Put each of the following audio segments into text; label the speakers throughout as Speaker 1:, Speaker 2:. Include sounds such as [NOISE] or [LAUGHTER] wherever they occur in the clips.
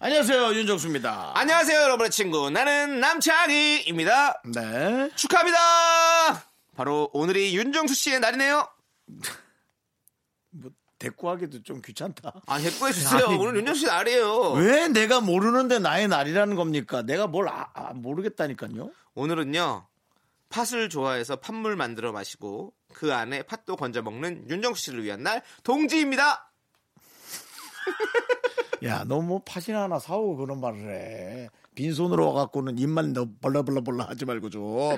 Speaker 1: 안녕하세요 윤정수입니다.
Speaker 2: 안녕하세요, 여러분의 친구. 나는 남창희입니다.
Speaker 1: 네.
Speaker 2: 축하합니다! 바로 오늘이 윤정수 씨의 날이네요.
Speaker 1: 뭐 대꾸하기도 좀 귀찮다.
Speaker 2: 아, 예뻐해 주세요.
Speaker 1: 아니,
Speaker 2: 오늘 윤정수 씨 날이에요.
Speaker 1: 왜 내가 모르는데 나의 날이라는 겁니까? 내가 뭘 아, 아, 모르겠다니까요.
Speaker 2: 오늘은요, 팥을 좋아해서 팥물 만들어 마시고, 그 안에 팥도 건져 먹는 윤정수 씨를 위한 날, 동지입니다!
Speaker 1: 야, 너 뭐 팥이나 하나 사오고 그런 말을 해. 빈손으로 와갖고는 입만 너 벌라벌라벌라 하지 말고 좀. 어,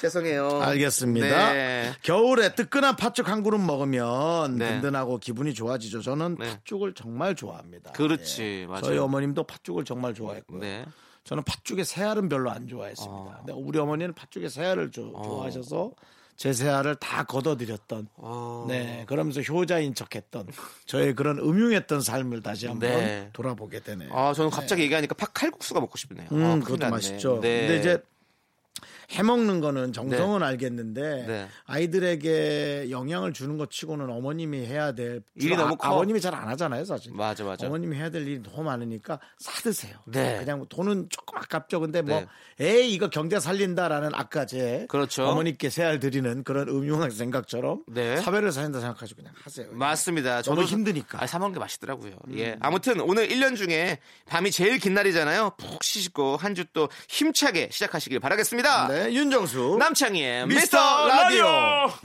Speaker 2: 죄송해요.
Speaker 1: 알겠습니다.
Speaker 2: 네.
Speaker 1: 겨울에 뜨끈한 팥죽 한 그릇 먹으면
Speaker 2: 네.
Speaker 1: 든든하고 기분이 좋아지죠. 저는
Speaker 2: 네.
Speaker 1: 팥죽을 정말 좋아합니다. 예.
Speaker 2: 그렇지, 맞아요.
Speaker 1: 저희 어머님도 팥죽을 정말 좋아했고요.
Speaker 2: 네.
Speaker 1: 저는 팥죽의 새알은 별로 안 좋아했습니다.
Speaker 2: 어.
Speaker 1: 근데 우리 어머니는 팥죽의 새알을 조- 좋아하셔서 제 새알을 다 걷어들였던
Speaker 2: 어.
Speaker 1: 네 그러면서 효자인 척했던 저의 그런 음흉했던 삶을 다시 한번
Speaker 2: 네.
Speaker 1: 돌아보게 되네요.
Speaker 2: 아, 저는 갑자기 얘기하니까 팥 칼국수가 먹고 싶네요.
Speaker 1: 음,
Speaker 2: 아, 큰일
Speaker 1: 그것도
Speaker 2: 났네.
Speaker 1: 맛있죠.
Speaker 2: 네.
Speaker 1: 근데 이제 해먹는 거는 정성은 알겠는데
Speaker 2: 네.
Speaker 1: 아이들에게 영향을 주는 것 치고는 어머님이 해야 될
Speaker 2: 일이
Speaker 1: 주로
Speaker 2: 너무
Speaker 1: 아,
Speaker 2: 커.
Speaker 1: 아버님이 잘 안 하잖아요, 사실.
Speaker 2: 맞아, 맞아.
Speaker 1: 어머님이 해야 될 일이 너무 많으니까 사드세요.
Speaker 2: 네.
Speaker 1: 그냥 뭐 돈은 조금 아깝죠. 근데 뭐
Speaker 2: 네.
Speaker 1: 에이 이거 경제 살린다라는 아까 제
Speaker 2: 그렇죠.
Speaker 1: 어머니께 새알 드리는 그런 음흉한 생각처럼
Speaker 2: 네.
Speaker 1: 사회를 살린다 생각하시고 그냥 하세요.
Speaker 2: 맞습니다.
Speaker 1: 너무 힘드니까. 음.
Speaker 2: 아, 사먹는 게 맛있더라고요. 예. 아무튼 오늘 1년 중에 밤이 제일 긴 날이잖아요. 푹 쉬시고 한 주 또 힘차게 시작하시길 바라겠습니다.
Speaker 1: 네, 윤정수
Speaker 2: 남창희의
Speaker 1: 미스터
Speaker 2: 미스터 라디오.
Speaker 1: 라디오.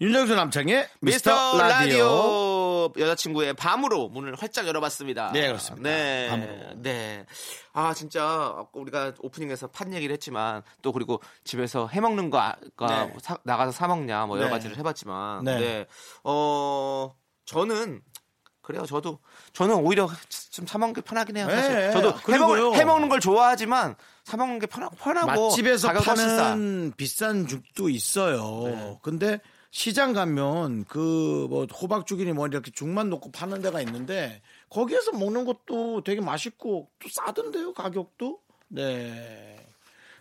Speaker 1: 윤정수 남창의
Speaker 2: 미스터 라디오. 여자친구의 밤으로 문을 활짝 열어봤습니다.
Speaker 1: 네, 그렇습니다.
Speaker 2: 네.
Speaker 1: 밤으로.
Speaker 2: 네. 아, 진짜 아까 우리가 오프닝에서 팥 얘기를 했지만 또 그리고 집에서 해 먹는 거 아- 가-
Speaker 1: 네.
Speaker 2: 사- 나가서 사 먹냐 뭐 여러
Speaker 1: 네.
Speaker 2: 가지를 해 봤지만
Speaker 1: 네.
Speaker 2: 네. 어, 저는 그래요. 저도 저는 오히려 좀 사 먹는 게 편하긴 해요. 사실.
Speaker 1: 네,
Speaker 2: 저도 해
Speaker 1: 그리고요.
Speaker 2: 먹는 해 먹는 걸 좋아하지만 사 먹는 게 편하, 편하고
Speaker 1: 맛집에서
Speaker 2: 가격 훨씬 싸.
Speaker 1: 파는 비싼 죽도 있어요.
Speaker 2: 네.
Speaker 1: 근데 시장 가면 그 뭐 호박죽이니 뭐 이렇게 죽만 놓고 파는 데가 있는데 거기에서 먹는 것도 되게 맛있고 또 싸던데요 가격도. 네.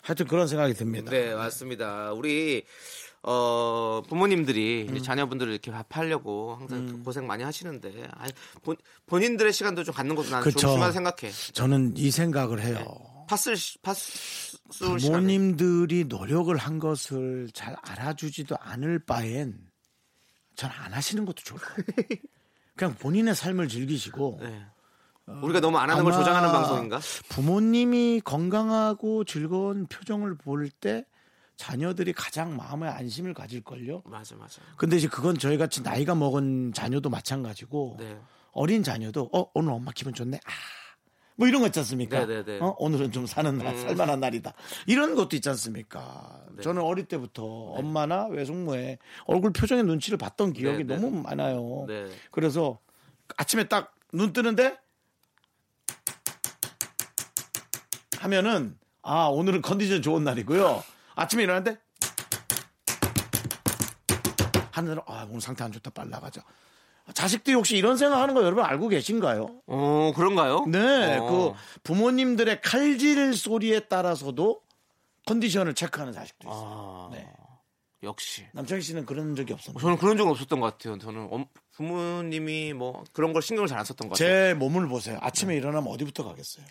Speaker 1: 하여튼 그런 생각이 듭니다.
Speaker 2: 네, 맞습니다. 우리 어, 부모님들이
Speaker 1: 음.
Speaker 2: 이제 자녀분들을 이렇게 밥하려고 항상 고생 많이 하시는데 아니, 본, 본인들의 시간도 좀 갖는 것도 나는
Speaker 1: 그쵸.
Speaker 2: 좀 심하다 생각해.
Speaker 1: 저는 이 생각을
Speaker 2: 네.
Speaker 1: 해요.
Speaker 2: 팥을 시- 팥을 시간에.
Speaker 1: 부모님들이 노력을 한 것을 잘 알아주지도 않을 바엔 전 안 하시는 것도 좋을 것 같아요.
Speaker 2: [LAUGHS]
Speaker 1: 그냥 본인의 삶을 즐기시고
Speaker 2: 네. 우리가 너무 뭐 안 하는 걸
Speaker 1: 어, 아마
Speaker 2: 조장하는 방송인가?
Speaker 1: 부모님이 건강하고 즐거운 표정을 볼 때 자녀들이 가장 마음의 안심을 가질걸요.
Speaker 2: 맞아, 맞아.
Speaker 1: 근데 이제 그건 저희 같이 나이가 먹은 자녀도 마찬가지고
Speaker 2: 네.
Speaker 1: 어린 자녀도 어 오늘 엄마 기분 좋네. 아. 뭐 이런 거 있지 않습니까?
Speaker 2: 네, 음. 네, 네.
Speaker 1: 어, 오늘은 좀 사는 날, 살만한 날이다. 이런 것도 있지 않습니까?
Speaker 2: 네.
Speaker 1: 저는 어릴 때부터 엄마나 외숙모의 얼굴 표정의 눈치를 봤던 기억이
Speaker 2: 네, 네.
Speaker 1: 너무 음, 많아요.
Speaker 2: 네.
Speaker 1: 그래서 아침에 딱 눈 뜨는데 하면은 아 오늘은 컨디션 좋은 날이고요. 아침에 일어났는데 하늘은 아 오늘 상태 안 좋다 빨라 가자. 자식들이 혹시 이런 생각하는 거 여러분 알고 계신가요?
Speaker 2: 어, 그런가요?
Speaker 1: 네,
Speaker 2: 어.
Speaker 1: 그 부모님들의 칼질 소리에 따라서도 컨디션을 체크하는 자식도 있어요.
Speaker 2: 아,
Speaker 1: 네.
Speaker 2: 역시.
Speaker 1: 남창희 씨는 그런 적이 없었나요?
Speaker 2: 저는 그런 적은 없었던 것 같아요. 저는 엄- 부모님이 뭐 그런 걸 신경을 잘 안 썼던 것 같아요. 네.
Speaker 1: 제 몸을 보세요. 아침에 일어나면 어디부터 가겠어요?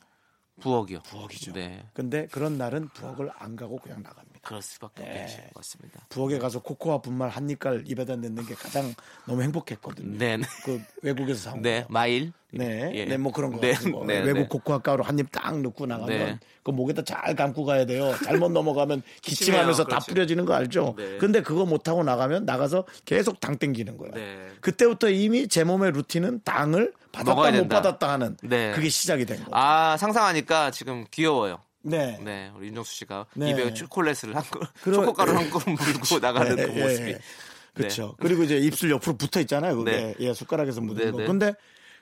Speaker 2: 부엌이요.
Speaker 1: 부엌이죠.
Speaker 2: 네.
Speaker 1: 근데 그런 날은 부엌을 안 가고 그냥 나갑니다.
Speaker 2: 그럴 수밖에
Speaker 1: 네.
Speaker 2: 없겠지. 맞습니다.
Speaker 1: 부엌에 가서 코코아 분말 한 입갈 입에다 넣는 게 가장 너무 행복했거든요.
Speaker 2: 네. 네.
Speaker 1: 그 외국에서 사온
Speaker 2: 네,
Speaker 1: 거.
Speaker 2: 마일.
Speaker 1: 네,
Speaker 2: 예.
Speaker 1: 네, 뭐 그런 거.
Speaker 2: 네,
Speaker 1: 가지고
Speaker 2: 네,
Speaker 1: 외국
Speaker 2: 네.
Speaker 1: 코코아 가루 한 입 딱 넣고 나가면
Speaker 2: 네.
Speaker 1: 그 목에다 잘 감고 가야 돼요. 잘못
Speaker 2: [LAUGHS]
Speaker 1: 넘어가면 기침하면서
Speaker 2: 기침해요.
Speaker 1: 다
Speaker 2: 그렇죠.
Speaker 1: 뿌려지는 거 알죠?
Speaker 2: 네.
Speaker 1: 근데 그거 못 하고 나가면 나가서 계속 당 땡기는 거예요.
Speaker 2: 네.
Speaker 1: 그때부터 이미 제 몸의 루틴은 당을 받았다
Speaker 2: 먹어야
Speaker 1: 못
Speaker 2: 된다.
Speaker 1: 받았다 하는
Speaker 2: 네.
Speaker 1: 그게 시작이 된 거예요.
Speaker 2: 아 상상하니까 지금 귀여워요.
Speaker 1: 네.
Speaker 2: 네, 우리 윤정수 씨가
Speaker 1: 네.
Speaker 2: 입에 초콜릿을 한 그릇,
Speaker 1: 그러-
Speaker 2: 초코가루 한 그릇
Speaker 1: [LAUGHS]
Speaker 2: 물고 나가는 그
Speaker 1: 예,
Speaker 2: 모습이.
Speaker 1: 예. 그렇죠. 그리고 이제 입술 옆으로 붙어 있잖아요. 그게
Speaker 2: 네.
Speaker 1: 예, 숟가락에서 묻은
Speaker 2: 네,
Speaker 1: 거.
Speaker 2: 네.
Speaker 1: 근데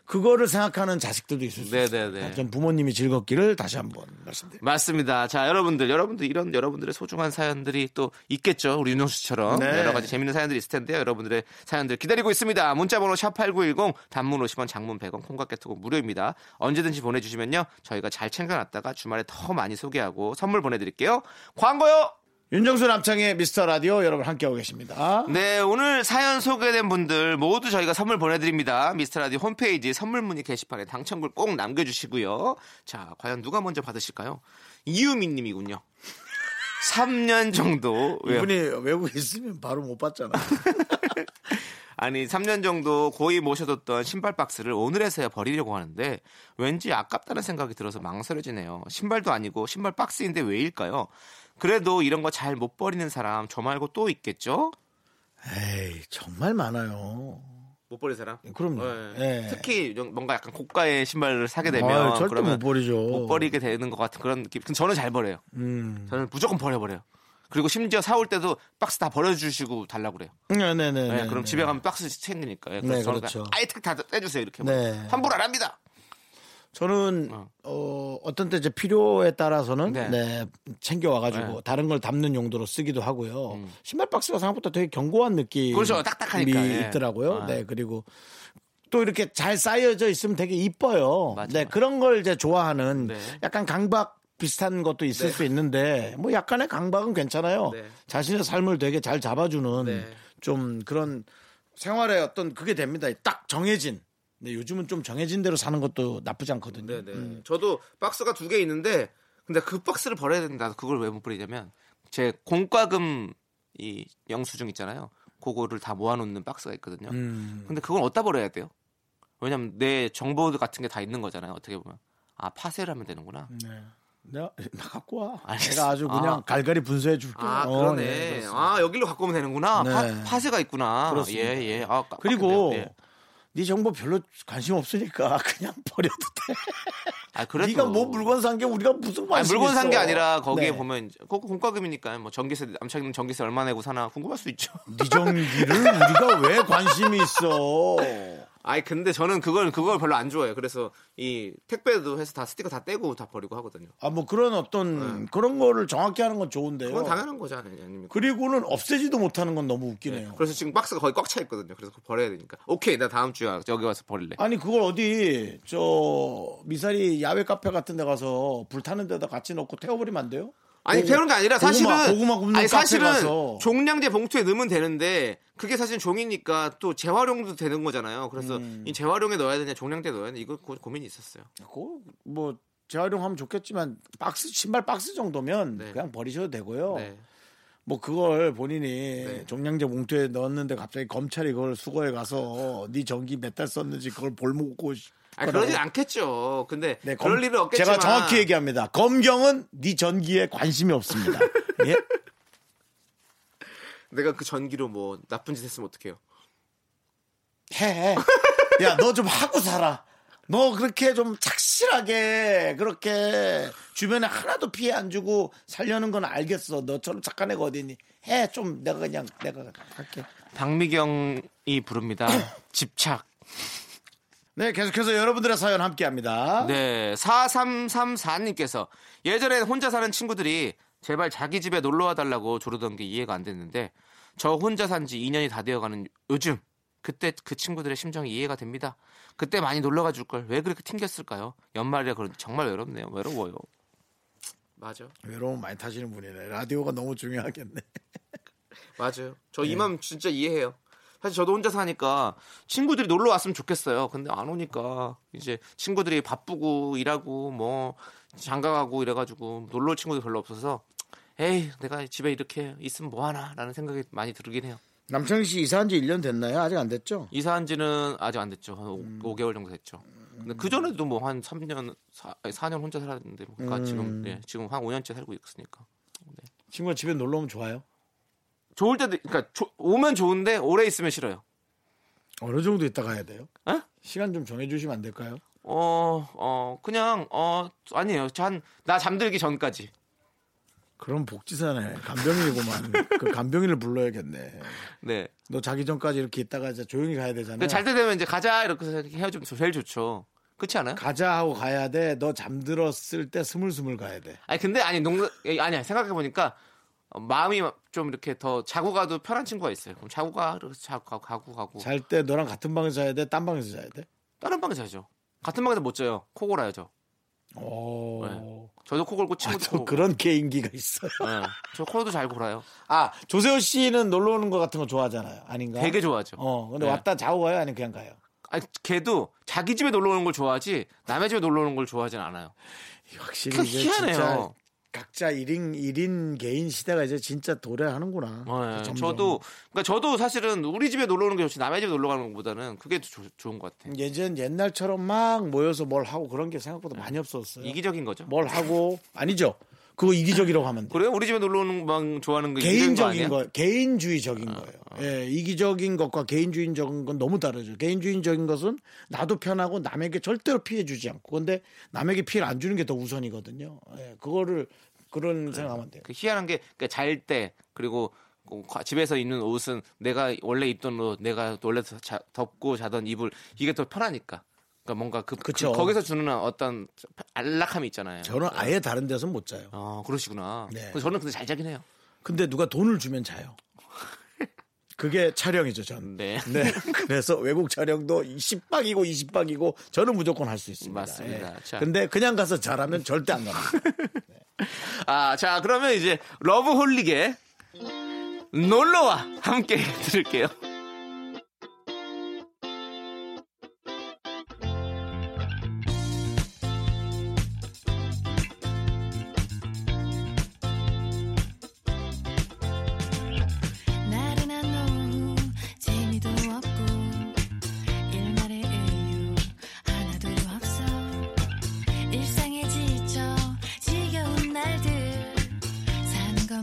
Speaker 1: 그거를 생각하는 자식들도 있을 수
Speaker 2: 네네네.
Speaker 1: 있어요. 아무튼 부모님이 즐겁기를 다시 한번 말씀드립니다.
Speaker 2: 맞습니다. 자, 여러분들, 여러분들 이런 여러분들의 소중한 사연들이 또 있겠죠. 우리 윤정수 씨처럼
Speaker 1: 네.
Speaker 2: 여러 가지 재밌는 사연들이 있을 텐데요. 여러분들의 사연들 기다리고 있습니다. 문자번호 샵 #8910 단문 50원, 장문 100원, 콩깍개톡은 무료입니다. 언제든지 보내주시면요, 저희가 잘 챙겨놨다가 주말에 더 많이 소개하고 선물 보내드릴게요. 광고요.
Speaker 1: 윤정수 남창의 미스터 라디오 여러분 함께하고 계십니다.
Speaker 2: 네, 오늘 사연 소개된 분들 모두 저희가 선물 보내드립니다. 미스터라디 홈페이지 선물 문의 게시판에 당첨글 꼭 남겨주시고요. 자, 과연 누가 먼저 받으실까요? 이유민 님이군요. [LAUGHS] 3년 정도. 왜요?
Speaker 1: 이분이 외국에 있으면 바로 못 봤잖아.
Speaker 2: [LAUGHS] 아니, 3년 정도 고이 모셔뒀던 신발 박스를 오늘에서야 버리려고 하는데 왠지 아깝다는 생각이 들어서 망설여지네요. 신발도 아니고 신발 박스인데 왜일까요? 그래도 이런 거 잘 못 버리는 사람 저 말고 또 있겠죠?
Speaker 1: 에이 정말 많아요.
Speaker 2: 못 버린 사람?
Speaker 1: 그럼요.
Speaker 2: 예.
Speaker 1: 예.
Speaker 2: 특히 좀 뭔가 약간 고가의 신발을 사게 되면
Speaker 1: 아유, 절대
Speaker 2: 그러면
Speaker 1: 못 버리죠.
Speaker 2: 못 버리게 되는 것 같은 그런 느낌. 근데 저는 잘 버려요.
Speaker 1: 음.
Speaker 2: 저는 무조건 버려버려요. 그리고 심지어 사올 때도 박스 다 버려주시고 달라고 그래요.
Speaker 1: 음, 네네네.
Speaker 2: 예, 그럼 집에 가면 박스 챙기니까. 예, 그래서
Speaker 1: 네,
Speaker 2: 저는
Speaker 1: 그렇죠.
Speaker 2: 그냥 아예 다 떼주세요 이렇게.
Speaker 1: 네.
Speaker 2: 환불 안 합니다.
Speaker 1: 저는
Speaker 2: 어.
Speaker 1: 어, 어떤 때 이제 필요에 따라서는
Speaker 2: 네.
Speaker 1: 네. 챙겨 와가지고 다른 걸 담는 용도로 쓰기도 하고요. 신발 박스가 생각보다 되게 견고한 느낌이
Speaker 2: 음. 그렇죠. 딱딱하니까. 예.
Speaker 1: 있더라고요.
Speaker 2: 아.
Speaker 1: 네 그리고 또 이렇게 잘 쌓여져 있으면 되게 이뻐요.
Speaker 2: 맞아요.
Speaker 1: 네 그런 걸 이제 좋아하는
Speaker 2: 네.
Speaker 1: 약간 강박 비슷한 것도 있을 수 있는데 뭐 약간의 강박은 괜찮아요.
Speaker 2: 네.
Speaker 1: 자신의 삶을 되게 잘 잡아주는
Speaker 2: 네.
Speaker 1: 좀 그런 생활의 어떤 그게 됩니다. 딱 정해진. 근데 요즘은 좀 정해진 대로 사는 것도 나쁘지 않거든요.
Speaker 2: 네,
Speaker 1: 음.
Speaker 2: 저도 박스가 두 개 있는데 근데 그 박스를 버려야 된다. 그걸 왜 못 버리냐면 제 공과금 이 영수증 있잖아요. 그거를 다 모아놓는 박스가 있거든요.
Speaker 1: 음.
Speaker 2: 근데 그건 어디다 버려야 돼요? 왜냐면 내 정보 같은 게 다 있는 거잖아요. 어떻게 보면 아 파쇄를 하면 되는구나.
Speaker 1: 네. 내가 나 갖고 와.
Speaker 2: 알겠어.
Speaker 1: 내가 아주 그냥
Speaker 2: 아.
Speaker 1: 갈갈이 분쇄해 줄게.
Speaker 2: 아
Speaker 1: 어,
Speaker 2: 그러네.
Speaker 1: 네, 그렇습니다.
Speaker 2: 아 여기로 갖고 오면 되는구나.
Speaker 1: 네.
Speaker 2: 파, 쇄가 있구나.
Speaker 1: 그렇습니다.
Speaker 2: 예 예. 아, 깜빡했네요.
Speaker 1: 그리고
Speaker 2: 예.
Speaker 1: 네 정보 별로 관심 없으니까 [LAUGHS] 그냥 버려도 돼.
Speaker 2: 아 그래도
Speaker 1: 네가 뭐 물건 산 게 우리가 무슨
Speaker 2: 아니,
Speaker 1: 관심
Speaker 2: 물건 산 게
Speaker 1: 있어.
Speaker 2: 아니라 거기에
Speaker 1: 네.
Speaker 2: 보면 이제 그거 공과금이니까 뭐 전기세 남창이는 전기세 얼마 내고 사나 궁금할 수 있죠. [LAUGHS]
Speaker 1: 네 정기를 우리가 왜 관심이
Speaker 2: [LAUGHS]
Speaker 1: 있어?
Speaker 2: 아니 근데 저는 그걸 그걸 별로 안 좋아해요. 그래서 이 택배도 해서 다 스티커 다 떼고 다 버리고 하거든요.
Speaker 1: 아 뭐 그런 어떤 그런 거를 정확히 하는 건 좋은데요.
Speaker 2: 네. 그건 당연한 거지 아니- 아닙니까?
Speaker 1: 그리고는 없애지도 못하는 건 너무 웃기네요.
Speaker 2: 그래서 지금 박스가 거의 꽉 차 있거든요. 그래서 그거 버려야 되니까. 오케이, 나 다음 주에 여기 와서 버릴래.
Speaker 1: 아니 그걸 어디 저 미사리 야외 카페 같은 데 가서 불타는 데다 같이 넣고 태워버리면 안 돼요? 뭐
Speaker 2: 아니
Speaker 1: 고구-
Speaker 2: 태우는 게 아니라 사실은
Speaker 1: 고구마, 고구마 굽는
Speaker 2: 아니
Speaker 1: 카페
Speaker 2: 사실은
Speaker 1: 가서
Speaker 2: 종량제 봉투에 넣으면 되는데 그게 사실 종이니까 또 재활용도 되는 거잖아요. 그래서
Speaker 1: 음.
Speaker 2: 이 재활용에 넣어야 되냐 종량제 에 넣어야 되냐 이거 고, 민이 있었어요.
Speaker 1: 그거 뭐 재활용하면 좋겠지만 박스 신발 박스 정도면
Speaker 2: 네.
Speaker 1: 그냥 버리셔도 되고요.
Speaker 2: 네.
Speaker 1: 뭐 그걸 본인이
Speaker 2: 네.
Speaker 1: 종량제 봉투에 넣었는데 갑자기 검찰이 그걸 수거해 가서 네 전기 몇 달 썼는지 그걸 볼먹고
Speaker 2: 아 그러진 않겠죠. 근데
Speaker 1: 네, 검-
Speaker 2: 그럴 일은 없겠지만
Speaker 1: 제가 정확히 얘기합니다. 검경은 네 전기에 관심이
Speaker 2: [LAUGHS]
Speaker 1: 없습니다. 예?
Speaker 2: 내가 그 전기로 뭐 나쁜 짓 했으면 어떡해요?
Speaker 1: 해. [LAUGHS] 야, 너 좀 하고 살아. 너 그렇게 좀 착실하게 그렇게 주변에 하나도 피해 안 주고 살려는 건 알겠어. 너처럼 착한 애가 어디 있니? 해. 좀 내가 그냥 내가 할게.
Speaker 2: 박미경이
Speaker 1: [COUGHS]
Speaker 2: 부릅니다. 집착.
Speaker 1: 네, 계속해서 여러분들의 사연 함께 합니다.
Speaker 2: 네, 4334님께서 예전엔 혼자 사는 친구들이 제발 자기 집에 놀러 와달라고 조르던 게 이해가 안 됐는데 저 혼자 산 지 2년이 다 되어가는 요즘 그때 그 친구들의 심정이 이해가 됩니다. 그때 많이 놀러 가줄 걸 왜 그렇게 튕겼을까요? 연말이라 그런지 정말 외롭네요. 외로워요. 맞아.
Speaker 1: 외로움 많이 타시는 분이네. 라디오가 너무 중요하겠네. [LAUGHS]
Speaker 2: 맞아요. 저 이 맘 진짜 이해해요. 사실 저도 혼자 사니까 친구들이 놀러 왔으면 좋겠어요. 근데 안 오니까 이제 친구들이 바쁘고 일하고 뭐 장가 가고 이래가지고 놀러 올 친구도 별로 없어서 에이 내가 집에 이렇게 있으면 뭐하나라는 생각이 많이 들긴 해요.
Speaker 1: 남창희 씨 이사한 지 1년 됐나요? 아직 안 됐죠? 이
Speaker 2: 이사한 지는 아직 안 됐죠. 한 5, 개월 정도 됐죠. 근데 그 전에도 뭐 한 3년, 4, 년 혼자 살았는데 그러니까 지금 예, 지금 한 5년째 살고 있으니까
Speaker 1: 친구 집에 놀러 오면 좋아요.
Speaker 2: 좋을 때도 그러니까 조- 오면 좋은데 오래 있으면 싫어요.
Speaker 1: 어느 정도 있다 가야 돼요?
Speaker 2: 어?
Speaker 1: 시간 좀 정해주시면 안 될까요?
Speaker 2: 어, 어, 그냥, 어, 아니에요. 저 한, 나 잠들기 전까지.
Speaker 1: 그럼 복지사네. 간병이구만. 그 간병인을 불러야겠네.
Speaker 2: 네.
Speaker 1: 너 자기 전까지 이렇게 있다가 이제 조용히 가야 되잖아.
Speaker 2: 근데 네, 잘 때 되면 이제 가자 이렇게 헤어지면 제일 좋죠. 그렇지 않아요?
Speaker 1: 가자 하고 가야 돼. 너 잠들었을 때 스물스물 가야 돼.
Speaker 2: 아니 근데 아니 농 예, 아니야 생각해 보니까 어, 마음이 좀 이렇게 더 자고 가도 편한 친구가 있어요. 그럼 자고 가, 그래서 자고 가고 가고, 가고.
Speaker 1: 잘 때 너랑 같은 방에서 자야 돼. 딴 방에서 자야 돼.
Speaker 2: 다른 방에 자죠. 같은 방에서 못 자요. 코 골아야죠.
Speaker 1: 오.
Speaker 2: 저도 코 골고
Speaker 1: 아,
Speaker 2: 친구도
Speaker 1: 또
Speaker 2: 코. 골고.
Speaker 1: 그런 개인기가 있어요.
Speaker 2: 네. 저 코도 잘 골아요.
Speaker 1: 아 조세호 씨는 놀러 오는 거 같은 거 좋아하잖아요. 아닌가?
Speaker 2: 되게 좋아하죠.
Speaker 1: 어 근데
Speaker 2: 네.
Speaker 1: 왔다 자고 가요? 아니면 그냥 가요?
Speaker 2: 아니 걔도 자기 집에 놀러 오는 걸 좋아하지 남의 집에 놀러 오는 걸 좋아하진 않아요.
Speaker 1: 확실히
Speaker 2: 그
Speaker 1: 이제
Speaker 2: 희한해요.
Speaker 1: 진짜 각자 1인 1인 개인 시대가 이제 진짜 도래하는구나.
Speaker 2: 네,
Speaker 1: 점점.
Speaker 2: 저도 그러니까 저도 사실은 우리 집에 놀러 오는 게 좋지 남의 집에 놀러 가는 것보다는 그게 더 조- 좋은 것 같아요.
Speaker 1: 예전 옛날처럼 막 모여서 뭘 하고 그런 게 생각보다 많이 없었어요.
Speaker 2: 이기적인 거죠.
Speaker 1: 뭘 하고 아니죠? 그거 이기적이라고 하면 돼.
Speaker 2: 그래요? 우리 집에 놀러 오는 방 좋아하는 거 이기적인 거
Speaker 1: 개인적인
Speaker 2: 아니야?
Speaker 1: 거, 개인주의적인 거예요. 예, 이기적인 것과 개인주의적인 건 너무 다르죠. 개인주의적인 것은 나도 편하고 남에게 절대로 피해 주지 않고, 근데 남에게 피해를 안 주는 게 더 우선이거든요. 예, 그거를 그런 생각하면 돼요.
Speaker 2: 그 희한한 게 잘 때 그리고 어, 과- 집에서 입는 옷은 내가 원래 입던 옷, 내가 원래 자- 덮고 자던 이불 이게 더 편하니까. 그러니까 뭔가 그, 그-
Speaker 1: 그쵸.
Speaker 2: 거기서 주는 어떤 안락함이 있잖아요.
Speaker 1: 저는 아예 다른 데서 는못 자요.
Speaker 2: 어 그러시구나.
Speaker 1: 네.
Speaker 2: 그래서 저는 근데 잘 자긴 해요.
Speaker 1: 근데 누가 돈을 주면 자요. [LAUGHS] 그게 촬영이죠, 전.
Speaker 2: 네.
Speaker 1: [LAUGHS] 네. 그래서 외국 촬영도 10박이고 20박이고 저는 무조건 할 수 있습니다.
Speaker 2: 맞습니다.
Speaker 1: 예.
Speaker 2: 자.
Speaker 1: 근데 그냥 가서 잘하면 절대 안 갑니다.
Speaker 2: 아, 자, 그러면 이제 러브홀릭의 놀러와 함께 [LAUGHS] 들을게요.
Speaker 3: 나른한 오후 재미도 없고 일말의 이유 하나도 없어 일상에 지쳐 지겨운 날들 사는 건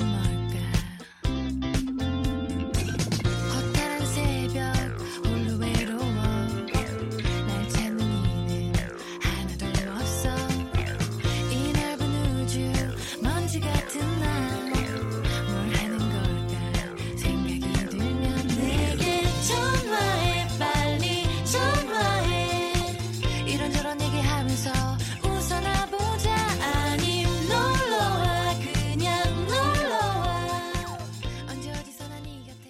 Speaker 3: 뭘까 허탈한 새벽 홀로 외로워 날 찾는 이는 하나도 없어 이 넓은 우주 먼지 같은 날 뭘 하는 걸까 생각이 들면 내게 전화해 빨리 전화해 이런저런 얘기하면서 웃어나 보자 아님 놀러와 그냥 놀러와 언제 어디서나 네 곁엔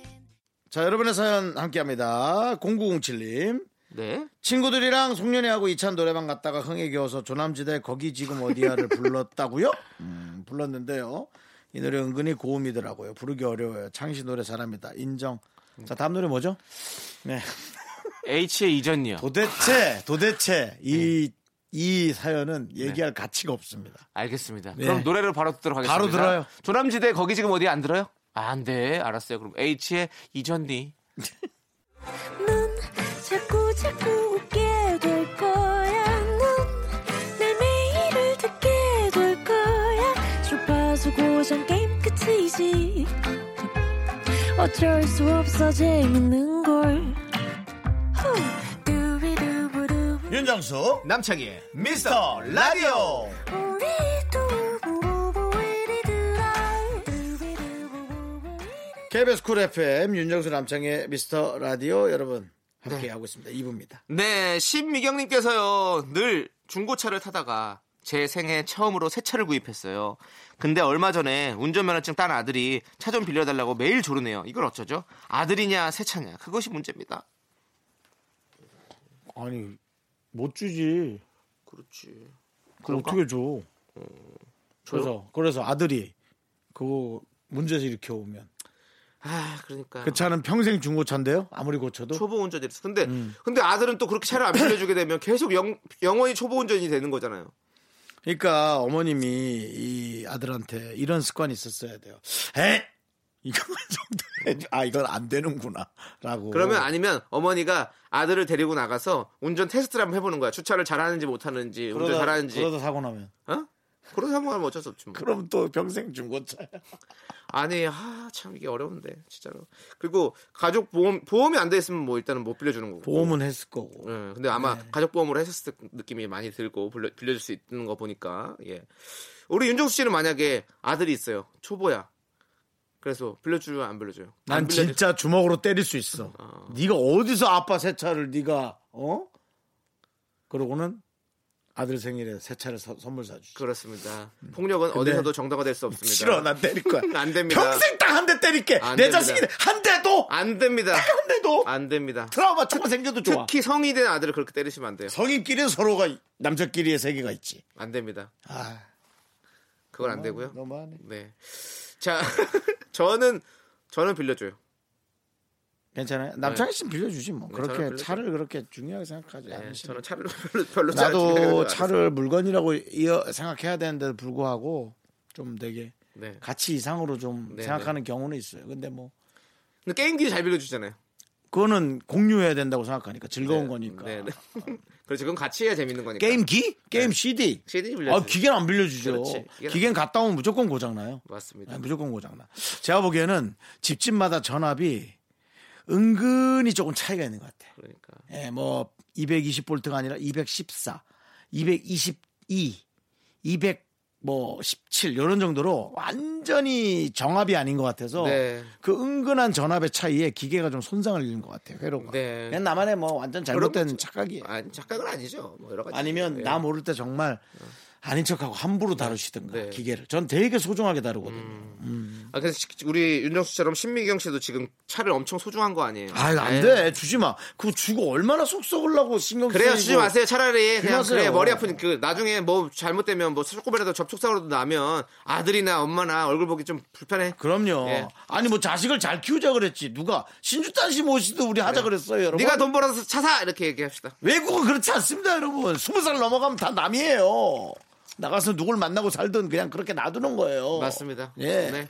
Speaker 1: 자, 여러분의 사연 함께 합니다. 0907님.
Speaker 2: 네.
Speaker 1: 친구들이랑 송년회하고 이찬 노래방 갔다가 흥에 겨워서 조남지대 거기 지금 어디야를 불렀다고요? [LAUGHS] 음, 불렀는데요. 이 노래 은근히 고음이더라고요. 부르기 어려워요. 창시 노래 사람이다. 인정. 자, 다음 노래 뭐죠? 네.
Speaker 2: H의 이전이요.
Speaker 1: 도대체, 도대체 이, 이 사연은 얘기할 가치가 없습니다.
Speaker 2: 알겠습니다.
Speaker 1: 네.
Speaker 2: 그럼 노래를 바로 듣도록 하겠습니다.
Speaker 1: 바로 들어요.
Speaker 2: 조남지대 거기 지금 어디 안 들어요? 아, 안 돼. 알았어요. 그럼 H의 이전니.
Speaker 3: 넌 자꾸 자꾸 웃게 될 거야. 넌내 매일을 듣게 될 거야. 주파수 고정 게임 끝이지. 어쩔 수 없어 재밌는 걸. 후. 두비두부두.
Speaker 1: 윤정수, 남창희, 미스터 라디오.
Speaker 3: 우리 두부부부 우리 두라. 두비두부부부 우리
Speaker 1: KBS 쿨 FM 윤정수 남창희 미스터 라디오 여러분 함께 하고 있습니다. 2부입니다.
Speaker 2: 네, 신미경님께서요, 늘 중고차를 타다가 제 생애 처음으로 새 차를 구입했어요. 근데 얼마 전에 운전면허증 딴 아들이 차 좀 빌려달라고 매일 조르네요. 이걸 어쩌죠? 아들이냐, 새 차냐. 그것이 문제입니다.
Speaker 1: 아니 못 주지.
Speaker 2: 그렇지.
Speaker 1: 그걸 어떻게 줘? 그래서 그래서 아들이 그거 문제에서 이렇게 오면
Speaker 2: 아, 그러니까.
Speaker 1: 그 차는 평생 중고차인데요. 아무리 고쳐도 음.
Speaker 2: 초보 운전이었어. 근데 근데 아들은 또 그렇게 차를 안 빌려주게 되면 계속 영, 영원히 초보 운전이 되는 거잖아요.
Speaker 1: 그러니까 어머님이 이 아들한테 이런 습관이 있었어야 돼요. 에 이거 [LAUGHS] 정도 해줘. 아 이건 안 되는구나라고.
Speaker 2: 그러면 아니면 어머니가 아들을 데리고 나가서 운전 테스트를 한번 해보는 거야. 주차를 잘하는지 못하는지 운전
Speaker 1: 그러다-
Speaker 2: 잘하는지.
Speaker 1: 그러다 사고 나면
Speaker 2: 어? 그런 상황하면 어쩔 수 없지 뭐.
Speaker 1: 그럼 또 평생 중고차야.
Speaker 2: 아니 아 참 이게 어려운데 진짜로. 그리고 가족 보험 보험이 안 돼 있으면 뭐 일단은 못 빌려주는 거고.
Speaker 1: 보험은 했을 거고.
Speaker 2: 예, 근데 아마
Speaker 1: 네.
Speaker 2: 가족 보험으로 했었을 때 느낌이 많이 들고 빌려, 빌려줄 수 있는 거 보니까 예. 우리 윤종수 씨는 만약에 아들이 있어요 초보야. 그래서 빌려줘요 안 빌려줘요?
Speaker 1: 난
Speaker 2: 안 빌려줄-
Speaker 1: 진짜 주먹으로 때릴 수 있어. 네가 어디서 아빠 새 차를 네가 어? 그러고는 아들 생일에 새 차를 서- 선물 사주지.
Speaker 2: 그렇습니다. 폭력은 어디서도 정당화 될 수 없습니다.
Speaker 1: 싫어, 난 때릴 거야.
Speaker 2: [LAUGHS] 안 됩니다.
Speaker 1: 평생 딱 한 대 때릴게.
Speaker 2: 안
Speaker 1: 내
Speaker 2: 됩니다. 아,
Speaker 1: 자식이 한 대도
Speaker 2: 안 됩니다.
Speaker 1: 한 대도
Speaker 2: 안 됩니다.
Speaker 1: 트라우마 조금 생겨도 아, 좋아.
Speaker 2: 특히 성이 된 아들을 그렇게 때리시면 안 돼요.
Speaker 1: 성인끼리는 서로가 이- 남자끼리의 세계가 있지.
Speaker 2: 안 됩니다.
Speaker 1: 아,
Speaker 2: 그건 안 되고요.
Speaker 1: 너무하네.
Speaker 2: 네. 자, [LAUGHS] 저는 저는 빌려줘요.
Speaker 1: 괜찮아요. 남창희 씨는 빌려주지 뭐.
Speaker 2: 네, 저는
Speaker 1: 그렇게
Speaker 2: 빌려줘요.
Speaker 1: 차를 그렇게 중요하게 생각하지
Speaker 2: 네,
Speaker 1: 않으시네.
Speaker 2: 저는 차를 [LAUGHS] 별로, 별로 잘
Speaker 1: 나도
Speaker 2: 생각하는 [LAUGHS] 거 알았어요.
Speaker 1: 차를 물건이라고 이어- 생각해야 되는데 도 불구하고 좀 되게
Speaker 2: 네.
Speaker 1: 가치 이상으로 좀
Speaker 2: 네,
Speaker 1: 생각하는 경우는 있어요. 근데 뭐
Speaker 2: 근데 게임기 잘 빌려주잖아요.
Speaker 1: 그거는 공유해야 된다고 생각하니까 즐거운
Speaker 2: 네,
Speaker 1: 거니까.
Speaker 2: 네, [LAUGHS] 네. 그렇죠. 그건 같이 해야 재밌는 거니까.
Speaker 1: 게임기? 게임 CD?
Speaker 2: CD 빌려주죠.
Speaker 1: 아, 기계는 안 빌려주죠.
Speaker 2: 그렇지, 기계는
Speaker 1: 기계는 갔다 오면 무조건 고장나요.
Speaker 2: 맞습니다.
Speaker 1: 네, 무조건 고장나. 제가 보기에는 집집마다 전압이 은근히 조금 차이가 있는 것 같아.
Speaker 2: 그러니까.
Speaker 1: 예, 뭐 220볼트가 아니라 214, 222, 200뭐17 이런 정도로 완전히 정압이 아닌 것 같아서
Speaker 2: 네.
Speaker 1: 그 은근한 전압의 차이에 기계가 좀 손상을 입는 것 같아요. 회로가.
Speaker 2: 네.
Speaker 1: 그냥 나만의 뭐 완전 잘못된
Speaker 2: 그럼-
Speaker 1: 착각이에요.
Speaker 2: 아니, 착각은 아니죠. 뭐 여러 가지.
Speaker 1: 아니면
Speaker 2: 네.
Speaker 1: 나 모를 때 정말 아닌 척하고 함부로 다루시든가
Speaker 2: 네.
Speaker 1: 기계를. 전 되게 소중하게 다루거든요.
Speaker 2: 아, 그래서 시- 우리 윤정수 씨처럼 신미경 씨도 지금 차를 엄청 소중한 거 아니에요?
Speaker 1: 아유 안
Speaker 2: 에이,
Speaker 1: 돼. 주지 마. 그거 주고 얼마나 속 썩으려고 신경 쓰고.
Speaker 2: 그래요 쓰지 마세요 차라리 그냥
Speaker 1: 그러세요.
Speaker 2: 그래 머리 아픈 그 나중에 뭐 잘못되면 뭐 조금이라도 접촉사고라도 나면 아들이나 엄마나 얼굴 보기 좀 불편해
Speaker 1: 그럼요.
Speaker 2: 예.
Speaker 1: 아니 뭐 자식을 잘 키우자 그랬지. 누가 신주탄 씨 모시도 우리 하자 그랬어요, 여러분.
Speaker 2: 네가 돈 벌어서 차 사 이렇게 얘기합시다
Speaker 1: 외국은 그렇지 않습니다, 여러분. 스무 살 넘어가면 다 남이에요. 나가서 누굴 만나고 살든 그냥 그렇게 놔두는 거예요.
Speaker 2: 맞습니다
Speaker 1: 예.
Speaker 2: 네.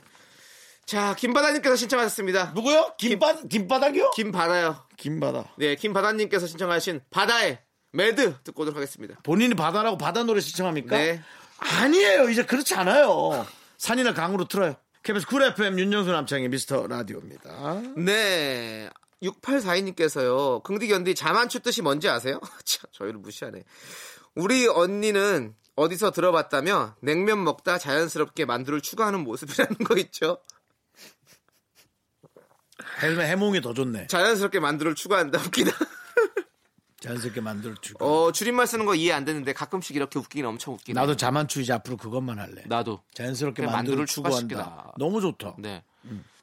Speaker 2: 자 김바다님께서 신청하셨습니다
Speaker 1: 누구요? 김바 김바닥이요?
Speaker 2: 김바다요
Speaker 1: 김바다.
Speaker 2: 네 김바다님께서 신청하신 바다의 매드 듣고 오도록 하겠습니다
Speaker 1: 본인이 바다라고 바다 노래 시청합니까?
Speaker 2: 네.
Speaker 1: 아니에요. 이제 그렇지 않아요. 산이나 강으로 틀어요. KBS 쿨 FM 윤정수 남창의 미스터 라디오입니다.
Speaker 2: 네 6842님께서요 긍디견디 자만추 뜻이 뭔지 아세요? [LAUGHS] 참 저희를 무시하네 우리 언니는 어디서 들어봤다며 냉면 먹다 자연스럽게 만두를 추가하는 모습이라는 거 있죠.
Speaker 1: 헬멧 해몽이 더 좋네.
Speaker 2: 자연스럽게 만두를 추가한다 웃기다.
Speaker 1: 자연스럽게 만들 주고.
Speaker 2: 어 줄임말 쓰는 거 이해 안 되는데 가끔씩 이렇게 웃기긴 엄청 웃기다.
Speaker 1: 나도 자만추 이제 앞으로 그것만 할래.
Speaker 2: 나도
Speaker 1: 자연스럽게
Speaker 2: 그냥
Speaker 1: 만두를,
Speaker 2: 네, 만두를
Speaker 1: 추구한다.
Speaker 2: 추가시키다.
Speaker 1: 너무 좋다.
Speaker 2: 네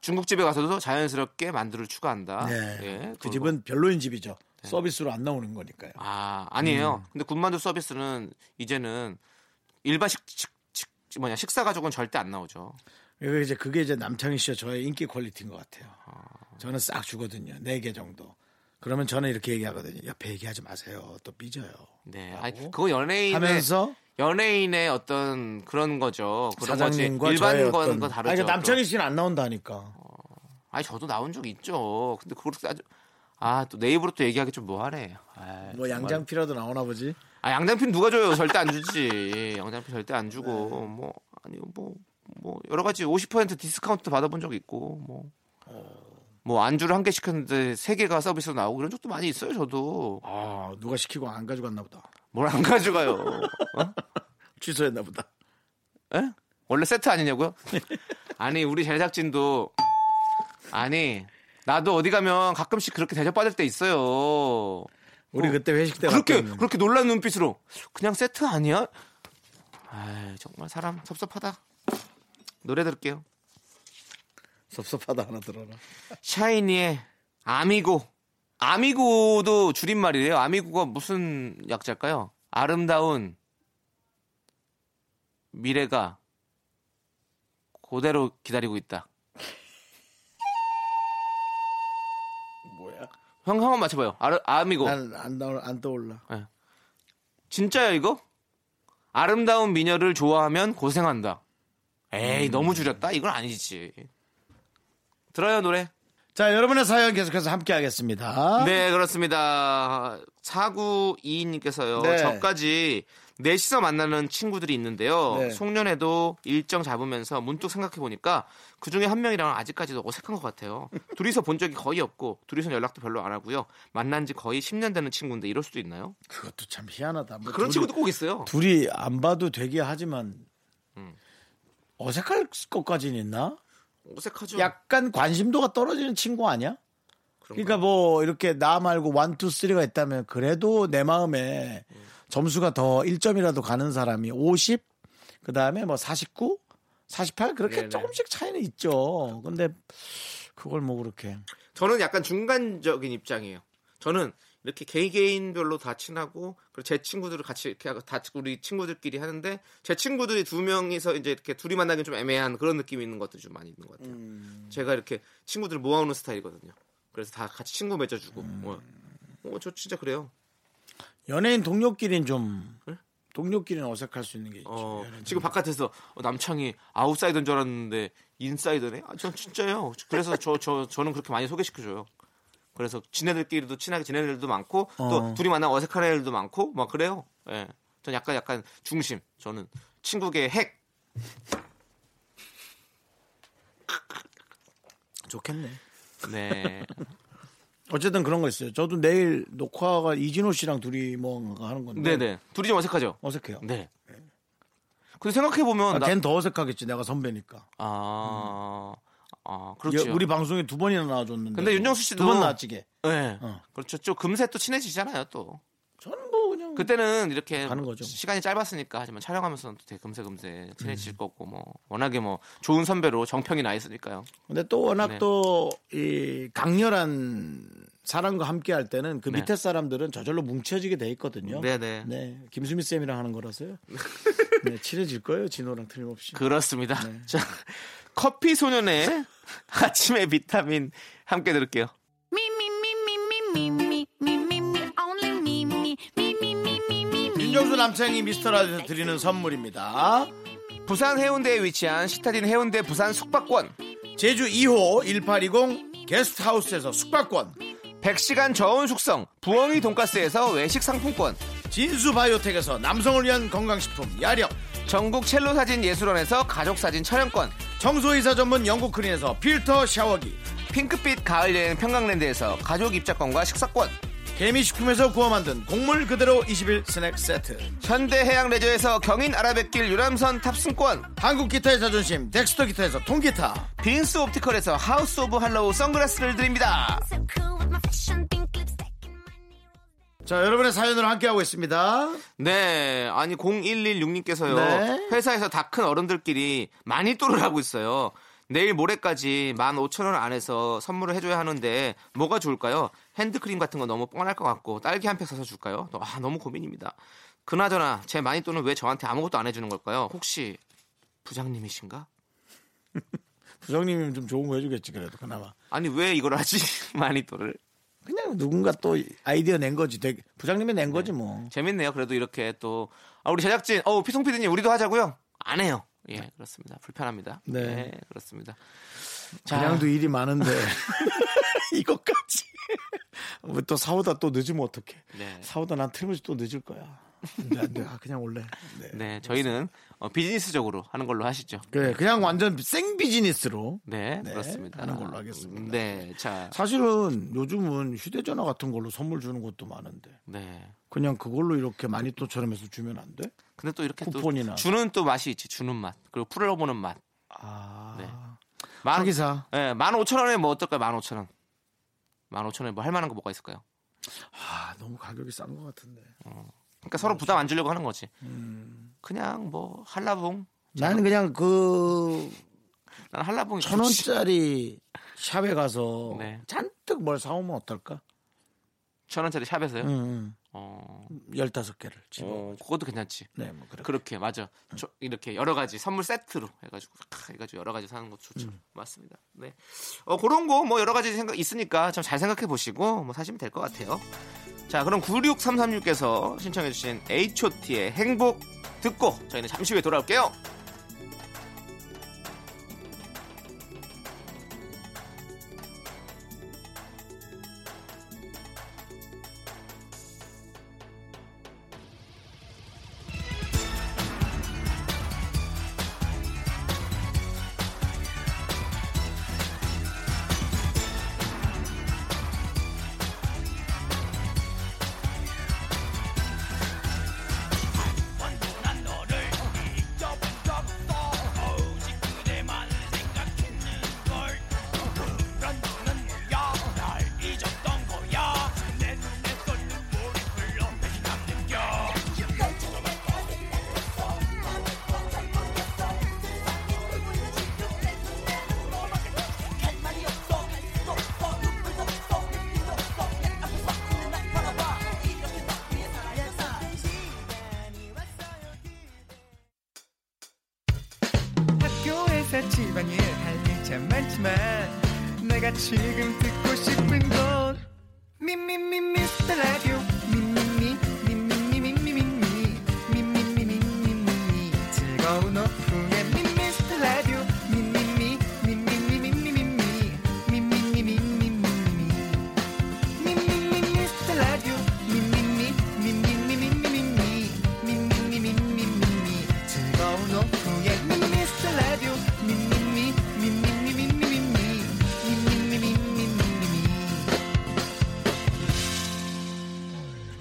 Speaker 2: 중국집에 가서도 자연스럽게 만두를 추가한다.
Speaker 1: 음. 네.
Speaker 2: 예,
Speaker 1: 그
Speaker 2: 그거.
Speaker 1: 집은 별로인 집이죠. 서비스로 안 나오는 거니까요.
Speaker 2: 아 아니에요.
Speaker 1: 음.
Speaker 2: 근데 군만두 서비스는 이제는 일반 식, 식, 식 뭐냐 식사 가족은 절대 안 나오죠.
Speaker 1: 그리고 그러니까 이제 그게 이제 남창희 씨와 저의 인기 퀄리티인 것 같아요. 저는 싹 주거든요. 네 개 정도. 그러면 저는 이렇게 얘기하거든요. 옆에 얘기하지 마세요. 또 삐져요.
Speaker 2: 네, 아니, 그거 연예인의
Speaker 1: 하면서
Speaker 2: 연예인의 어떤 그런 거죠. 그런
Speaker 1: 사장님과
Speaker 2: 거지. 일반
Speaker 1: 저의 어떤
Speaker 2: 건과 다르죠.
Speaker 1: 아니, 그러니까 남창희
Speaker 2: 또. 아,
Speaker 1: 씨는 안 나온다니까.
Speaker 2: 아니 저도 나온 적 있죠. 근데 그걸 아주 아또 내 입으로 또 얘기하기 좀 뭐하네. 아,
Speaker 1: 뭐
Speaker 2: 정말.
Speaker 1: 양장피라도 나오나 보지.
Speaker 2: 아 양장핀 누가 줘요? 절대 안 주지. 양장핀 절대 안 주고 뭐 아니 뭐뭐 여러 가지 50% 디스카운트 받아본 적 있고 뭐. 뭐 안주를 한 개 시켰는데 세 개가 서비스로 나오고 이런 적도 많이 있어요 저도
Speaker 1: 아 누가 시키고 안 가져갔나 보다.
Speaker 2: 뭘 안 가져가요 어?
Speaker 1: 취소했나 보다.
Speaker 2: 에? 원래 세트 아니냐고요? 아니 우리 제작진도 아니 나도 어디 가면 가끔씩 그렇게 대접받을 때 있어요.
Speaker 1: 우리
Speaker 2: 어.
Speaker 1: 그때 회식 때
Speaker 2: 그렇게
Speaker 1: 갔다 왔는데.
Speaker 2: 그렇게 놀란 눈빛으로 그냥 세트 아니야? 아 정말 사람 섭섭하다. 노래 들을게요.
Speaker 1: 섭섭하다 하나 들어라.
Speaker 2: 샤이니의 아미고. 아미고도 줄임말이래요. 아미고가 무슨 약자일까요? 아름다운 미래가 그대로 기다리고 있다.
Speaker 1: 뭐야?
Speaker 2: 형, 형한 번 맞춰봐요. 아르, 아미고.
Speaker 1: 난안 나올 안 떠올라.
Speaker 2: 진짜야, 이거? 아름다운 미녀를 좋아하면 고생한다.
Speaker 1: 음.
Speaker 2: 에이, 너무 줄였다? 이건 아니지. 들어요, 노래.
Speaker 1: 자 여러분의 사연 계속해서 함께하겠습니다.
Speaker 2: 네, 그렇습니다. 4922님께서요.
Speaker 1: 네.
Speaker 2: 저까지 넷이서 만나는 친구들이 있는데요.
Speaker 1: 네.
Speaker 2: 송년회도 일정 잡으면서 문득 생각해 보니까 그 중에 한 명이랑은 아직까지도 어색한 것 같아요. 둘이서 본 적이 거의 없고 둘이서 연락도 별로 안 하고요. 만난 지 거의 10년 되는 친구인데 이럴 수도 있나요?
Speaker 1: 그것도 참 희한하다. 뭐
Speaker 2: 그런
Speaker 1: 둘이-
Speaker 2: 친구도 꼭 있어요.
Speaker 1: 둘이 안 봐도 되게 하지만
Speaker 2: 음.
Speaker 1: 어색할 것까지는 있나?
Speaker 2: 어색하죠.
Speaker 1: 약간 관심도가 떨어지는 친구 아니야?
Speaker 2: 그런가요?
Speaker 1: 그러니까 뭐 이렇게 나 말고 1, 2, 3가 있다면 그래도 내 마음에 점수가 더 1점이라도 가는 사람이 50, 그 다음에 뭐 49, 48 그렇게
Speaker 2: 네네.
Speaker 1: 조금씩 차이는 있죠. 근데 그걸 뭐 그렇게
Speaker 2: 저는 약간 중간적인 입장이에요. 저는 이렇게 개개인별로 다 친하고 그리고 제 친구들을 같이 이렇게 하고 다 우리 친구들끼리 하는데 제 친구들이 두 명이서 이제 이렇게 둘이 만나기 좀 애매한 그런 느낌이 있는 것도 좀 많이 있는 것 같아요. 제가 이렇게 친구들을 모아오는 스타일이거든요. 그래서 다 같이 친구 맺어주고. 어, 어, 저 진짜 그래요.
Speaker 1: 연예인 동료끼리는 좀 동료끼리는 어색할 수 있는 게 있죠.
Speaker 2: 네? 어,
Speaker 1: 연예인
Speaker 2: 지금 바깥에서 어, 남창이 아웃사이더인 줄 알았는데 인사이더네? 아, 전 진짜요. 그래서 저, 저, 저는 그렇게 많이 소개시켜줘요. 그래서 지네들끼리도 친하게 지내는 일도 많고
Speaker 1: 어.
Speaker 2: 또 둘이 만나 어색한 애들도 많고 막 그래요. 예. 전 약간 약간 중심. 저는 친구계 핵.
Speaker 1: 좋겠네. [LAUGHS]
Speaker 2: 네.
Speaker 1: 어쨌든 그런 거 있어요. 저도 내일 녹화가 이진호 씨랑 둘이 뭔가 하는 건데
Speaker 2: 네네. 둘이 좀 어색하죠?
Speaker 1: 어색해요.
Speaker 2: 네. 근데 생각해보면
Speaker 1: 아,
Speaker 2: 나,
Speaker 1: 걘 더 어색하겠지. 내가 선배니까.
Speaker 2: 아,
Speaker 1: 음.
Speaker 2: 아,
Speaker 1: 여-
Speaker 2: 그렇죠.
Speaker 1: 우리 방송에 두 번이나 나와줬는데.
Speaker 2: 근데 윤정수 씨도-
Speaker 1: 두번 나왔지게.
Speaker 2: 네.
Speaker 1: 어.
Speaker 2: 그렇죠. 좀 금세 또 친해지잖아요, 또.
Speaker 1: 저는 뭐 그냥
Speaker 2: 그때는 이렇게
Speaker 1: 가는 거죠.
Speaker 2: 시간이 짧았으니까 하지만 촬영하면서는 또 되게 금세금세 친해질 거고 뭐 워낙에 뭐 좋은 선배로 정평이 나 있으니까요.
Speaker 1: 근데 또 워낙
Speaker 2: 네.
Speaker 1: 또 이 강렬한 사람과 함께 할 때는 그
Speaker 2: 네.
Speaker 1: 밑에 사람들은 저절로 뭉쳐지게 돼 있거든요.
Speaker 2: 네네.
Speaker 1: 네. 김수미 쌤이랑 하는
Speaker 2: [LAUGHS]
Speaker 1: 거라서요. 네, 친해질 거예요. 진호랑 틀림없이.
Speaker 2: 그렇습니다.
Speaker 1: 네.
Speaker 2: [LAUGHS] 자 커피 소년의 아침의 비타민 함께 들을게요.
Speaker 3: Me, me, me, me, me, me, me, me, me, me, only me, me, me, me, me, me, me, me.
Speaker 1: 윤정수 남창이 미스터 라디오에서 드리는 선물입니다.
Speaker 2: 부산 해운대에 위치한 시타딘 해운대 부산 숙박권
Speaker 1: 제주 2호 1820 게스트하우스에서 숙박권.
Speaker 2: 100시간 저온 숙성 부엉이 돈가스에서 외식 상품권
Speaker 1: 진수 바이오텍에서 남성을 위한 건강식품 야력.
Speaker 2: 전국 첼로 사진 예술원에서 가족 사진 촬영권
Speaker 1: 청소이사 전문 영국 크린에서 필터 샤워기.
Speaker 2: 핑크빛 가을 여행 평강랜드에서 가족 입장권과 식사권
Speaker 1: 개미식품에서 구워 만든 곡물 그대로 21 스낵 세트
Speaker 2: 현대해양레저에서 경인 아라뱃길 유람선 탑승권
Speaker 1: 한국 기타의 자존심 덱스터 기타에서 통기타
Speaker 2: 빈스 옵티컬에서 하우스 오브 할로우 선글라스를 드립니다.
Speaker 3: So cool with my fashion, pink lipstick and my
Speaker 1: 자 여러분의 사연으로 함께하고 있습니다
Speaker 2: 네, 아니 0116님께서요.
Speaker 1: 네.
Speaker 2: 회사에서 다 큰 어른들끼리 많이 또를 하고 있어요. 내일 모레까지 15,000원 안에서 선물을 해줘야 하는데 뭐가 좋을까요? 핸드크림 같은 거 너무 뻔할 것 같고 딸기 한 팩 사서 줄까요? 또, 아 너무 고민입니다. 그나저나 제 많이 또는 왜 저한테 아무것도 안 해주는 걸까요? 혹시 부장님이신가?
Speaker 1: 부장님이면 좀 좋은 거 해주겠지 그래도 그나마
Speaker 2: 아니 왜 이걸 하지? [LAUGHS] 많이 또를.
Speaker 1: 그냥 누군가 또 아이디어 낸 거지 되게 부장님이 낸 거지 뭐
Speaker 2: 재밌네요. 그래도 이렇게 또 아, 우리 제작진, 어 피송 PD님 우리도 하자고요. 안 해요. 예, 그렇습니다. 불편합니다.
Speaker 1: 네.
Speaker 2: 네, 그렇습니다. 자,
Speaker 1: 그냥도 일이 많은데 [LAUGHS] 이것까지 왜뭐 또 사오다 또 늦으면 어떡해
Speaker 2: 네.
Speaker 1: 사오다 난 틀림없이 또 늦을 거야 안돼 안돼 그냥 올래 네.
Speaker 2: 네, 저희는 어, 비즈니스적으로 하는 걸로 하시죠.
Speaker 1: 그래 그냥 완전 생 비즈니스로
Speaker 2: 네,
Speaker 1: 네,
Speaker 2: 그렇습니다.
Speaker 1: 하는 걸로 하겠습니다.
Speaker 2: 네, 자,
Speaker 1: 사실은 요즘은 휴대전화 같은 걸로 선물 주는 것도 많은데
Speaker 2: 네.
Speaker 1: 그냥 그걸로 이렇게 많이 또처럼 해서 주면 안 돼?
Speaker 2: 근데 또 이렇게
Speaker 1: 쿠폰이나.
Speaker 2: 또 주는 또 맛이 있지. 주는 맛 그리고 풀어보는 맛.
Speaker 1: 아
Speaker 2: 네. 만,
Speaker 1: 하기사
Speaker 2: 네, 만 오천 원에 뭐 어떨까요? 만 오천 원. 만 오천 원에 뭐 할만한 거 뭐가 있을까요?
Speaker 1: 아 너무 가격이 싼 것 같은데
Speaker 2: 그러니까 서로 부담 안 주려고 하는 거지.
Speaker 1: 음.
Speaker 2: 그냥 뭐 한라봉.
Speaker 1: 나는 그냥 그
Speaker 2: 난 한라봉이 좋지.
Speaker 1: 천원짜리 샵에 가서
Speaker 2: 네.
Speaker 1: 잔뜩 뭘 사오면 어떨까?
Speaker 2: 천 원짜리 샵에서요.
Speaker 1: 응,
Speaker 2: 어,
Speaker 1: 응. 15개를 집어
Speaker 2: 어, 그것도 괜찮지.
Speaker 1: 네, 뭐 그렇게
Speaker 2: 그렇게 맞아. 저- 이렇게 여러 가지 선물 세트로 해가지고 咔 해가지고 여러 가지 사는 것도 좋죠. 맞습니다. 네, 어, 그런 거 뭐 여러 가지 생각 있으니까 참 잘 생각해 보시고 뭐 사시면 될 것 같아요. 자, 그럼 96336께서 신청해주신 H.O.T의 의 행복 듣고 저희는 잠시 후에 돌아올게요.
Speaker 4: 요새 집안일 할 일 참 많지만 내가 지금 듣고 싶은 건 미미미 미스터 라디오 미미미 미미미 미미미 미미미 미미미 즐거운 오후에 미스터 라디오 미미미 미미미 미미미 미미미 미미미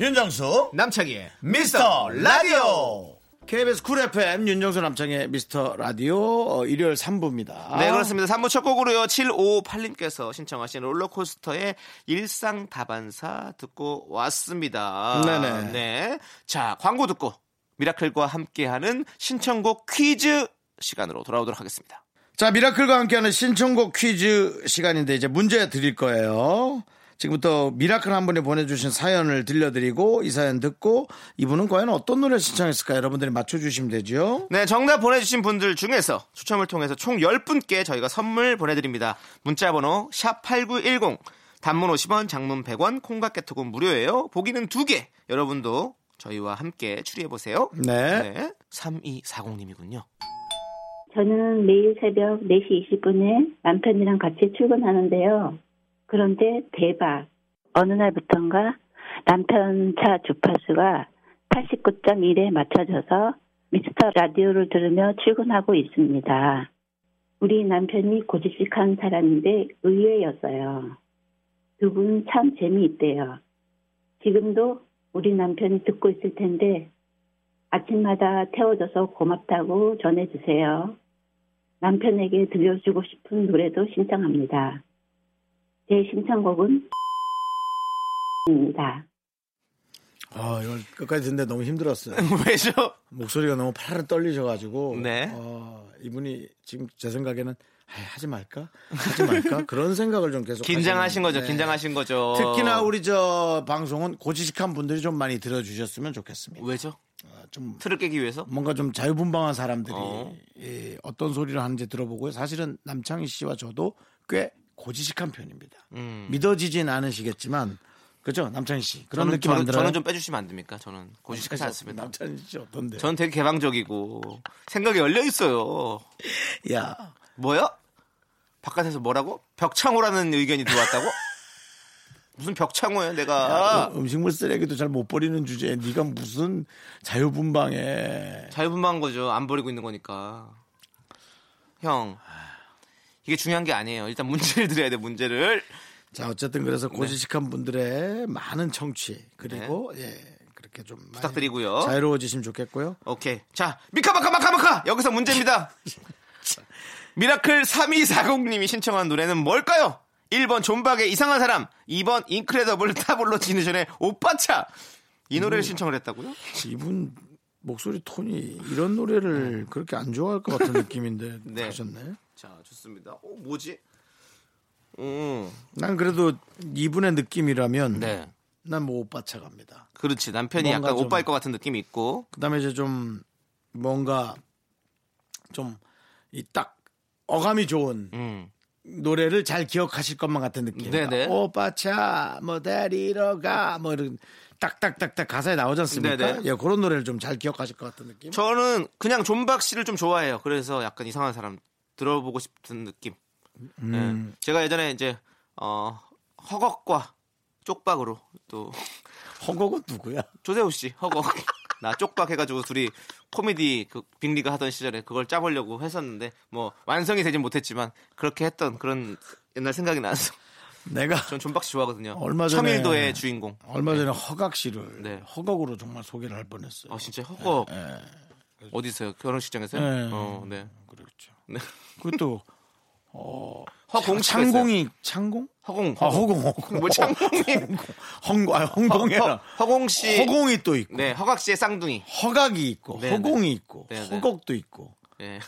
Speaker 5: 윤정수
Speaker 2: 남창희의
Speaker 5: 미스터 라디오
Speaker 1: KBS 쿨 FM 윤정수 남창의 미스터 라디오 어, 일요일 3부입니다.
Speaker 2: 네 그렇습니다. 3부 첫 곡으로요. 7558님께서 신청하신 롤러코스터의 일상 다반사 듣고 왔습니다.
Speaker 1: 네네.
Speaker 2: 네. 자 광고 듣고 미라클과 함께하는 신청곡 퀴즈 시간으로 돌아오도록 하겠습니다.
Speaker 1: 자, 미라클과 함께하는 신청곡 퀴즈 시간인데 이제 문제 드릴 거예요. 지금부터 미라클 한 분이 보내주신 사연을 들려드리고 이 사연 듣고 이분은 과연 어떤 노래 를 신청했을까 여러분들이 맞춰주시면 되죠.
Speaker 2: 네, 정답 보내주신 분들 중에서 추첨을 통해서 총 10분께 저희가 선물 보내드립니다. 문자번호 샵8910 단문 50원, 장문 100원, 콩과 깨톡은 무료예요. 보기는 2개. 여러분도 저희와 함께 추리해보세요.
Speaker 1: 네.
Speaker 2: 3240님이군요. [LAUGHS]
Speaker 6: 저는 매일 새벽 4시 20분에 남편이랑 같이 출근하는데요. 그런데 대박. 어느 날부턴가 남편 차 주파수가 89.1에 맞춰져서 미스터 라디오를 들으며 출근하고 있습니다. 우리 남편이 고지식한 사람인데 의외였어요. 두 분 참 재미있대요. 지금도 우리 남편이 듣고 있을 텐데 아침마다 태워줘서 고맙다고 전해주세요. 남편에게 들려주고 싶은 노래도 신청합니다. 제 신청곡은 입니다.
Speaker 1: 아, 이걸 끝까지 듣는데 너무 힘들었어요.
Speaker 2: 왜죠?
Speaker 1: 목소리가 너무 파르르 떨리셔가지고.
Speaker 2: 네.
Speaker 1: 어, 이분이 지금 제 생각에는 아이, 하지 말까? 하지 말까? [LAUGHS] 그런 생각을 좀 계속.
Speaker 2: 긴장하신
Speaker 1: 하시는-
Speaker 2: 거죠,
Speaker 1: 네.
Speaker 2: 긴장하신 거죠.
Speaker 1: 특히나 우리 저 방송은 고지식한 분들이 좀 많이 들어주셨으면 좋겠습니다.
Speaker 2: 왜죠?
Speaker 1: 아, 좀
Speaker 2: 틀을 깨기 위해서?
Speaker 1: 뭔가 좀 자유분방한 사람들이
Speaker 2: 어.
Speaker 1: 어. 어떤 소리를 하는지 들어보고요. 사실은 남창희 씨와 저도 꽤 고지식한 편입니다.
Speaker 2: 음.
Speaker 1: 믿어지진 않으시겠지만 그죠 남창희 씨 그런
Speaker 2: 저는,
Speaker 1: 느낌
Speaker 2: 저는,
Speaker 1: 안 들어요?
Speaker 2: 저는 좀 [LAUGHS] 빼주시면 안 됩니까? 저는 고지식하지 않습니다.
Speaker 1: 남창희 씨 어떤데?
Speaker 2: 저는 되게 개방적이고 생각이 열려 있어요.
Speaker 1: 야
Speaker 2: 뭐요? 바깥에서 뭐라고? 벽창호라는 의견이 [LAUGHS] 들어왔다고? 무슨 벽창호야 내가
Speaker 1: 음- 음식물 쓰레기도 잘 못 버리는 주제에 네가 무슨 자유분방에
Speaker 2: 자유분방한 거죠 안 버리고 있는 거니까 형 이게 중요한 게 아니에요 일단 문제를 드려야 돼 문제를
Speaker 1: 자 어쨌든 그래서
Speaker 2: 네.
Speaker 1: 고지식한 분들의 많은 청취 그리고 예 그렇게 좀 많이
Speaker 2: 네. 부탁드리고요.
Speaker 1: 자유로워지시면 좋겠고요.
Speaker 2: 오케이 자 미카마카마카마카 여기서 문제입니다 [LAUGHS] 미라클 3240님이 신청한 노래는 뭘까요? 1번 존박의 이상한 사람 2번 인크레더블 타블로 지니션의 오빠차 이 노래를 신청을 했다고요?
Speaker 1: 이분 목소리 톤이 이런 노래를 그렇게 안 좋아할 것 같은 느낌인데
Speaker 2: [LAUGHS] 네.
Speaker 1: 하셨네.
Speaker 2: 자 좋습니다 어 뭐지? 음
Speaker 1: 난 그래도 이분의 느낌이라면
Speaker 2: 네.
Speaker 1: 난 뭐 오빠 차 갑니다.
Speaker 2: 그렇지 남편이
Speaker 1: 뭔가
Speaker 2: 약간
Speaker 1: 좀-
Speaker 2: 오빠일 것 같은 느낌이 있고
Speaker 1: 그다음에 이제 좀 뭔가 좀 이 딱 어감이 좋은
Speaker 2: 음.
Speaker 1: 노래를 잘 기억하실 것만 같은 느낌.
Speaker 2: 네네.
Speaker 1: 오빠 차뭐 데리러 가뭐 이런 딱딱딱딱 가사에 나오지 않습니까?
Speaker 2: 네네.
Speaker 1: 예, 그런 노래를 좀 잘 기억하실 것 같은 느낌.
Speaker 2: 저는 그냥 존박 씨를 좀 좋아해요 그래서 약간 이상한 사람 들어보고 싶은 느낌 네.
Speaker 1: 음.
Speaker 2: 제가 예전에 이제 어, 허걱과 쪽박으로 또
Speaker 1: 허걱은 누구야?
Speaker 2: 조세호 씨
Speaker 1: [LAUGHS]
Speaker 2: 허걱 나 쪽박 해가지고 둘이 코미디 그 빅리그 하던 시절에 그걸 짜보려고 했었는데 뭐 완성이 되진 못했지만 그렇게 했던 그런 옛날 생각이 나서
Speaker 1: 내가
Speaker 2: 전 존박 씨 좋아하거든요
Speaker 1: 얼마 전에-
Speaker 2: 첨일도의 주인공
Speaker 1: 얼마 전에 허각 씨를
Speaker 2: 네.
Speaker 1: 허각으로 정말 소개를 할 뻔했어요.
Speaker 2: 아 진짜 허걱
Speaker 1: 예,
Speaker 2: 어디 있어요 결혼식장에서요?
Speaker 1: 네.
Speaker 2: 어, 네.
Speaker 1: 그렇죠.
Speaker 2: 네.
Speaker 1: 그것도
Speaker 2: 허공
Speaker 1: 창공이 창공?
Speaker 2: 허공
Speaker 1: 아, 허공 허공.
Speaker 2: 뭐 창공이
Speaker 1: 헝공 아
Speaker 2: 허,
Speaker 1: 헝공이라.
Speaker 2: 허공 씨
Speaker 1: 허공이 또 있고
Speaker 2: 네 허각 씨의 쌍둥이
Speaker 1: 허각이 있고
Speaker 2: 네,
Speaker 1: 허공이 있고
Speaker 2: 네, 네.
Speaker 1: 허걱도 있고
Speaker 2: 네.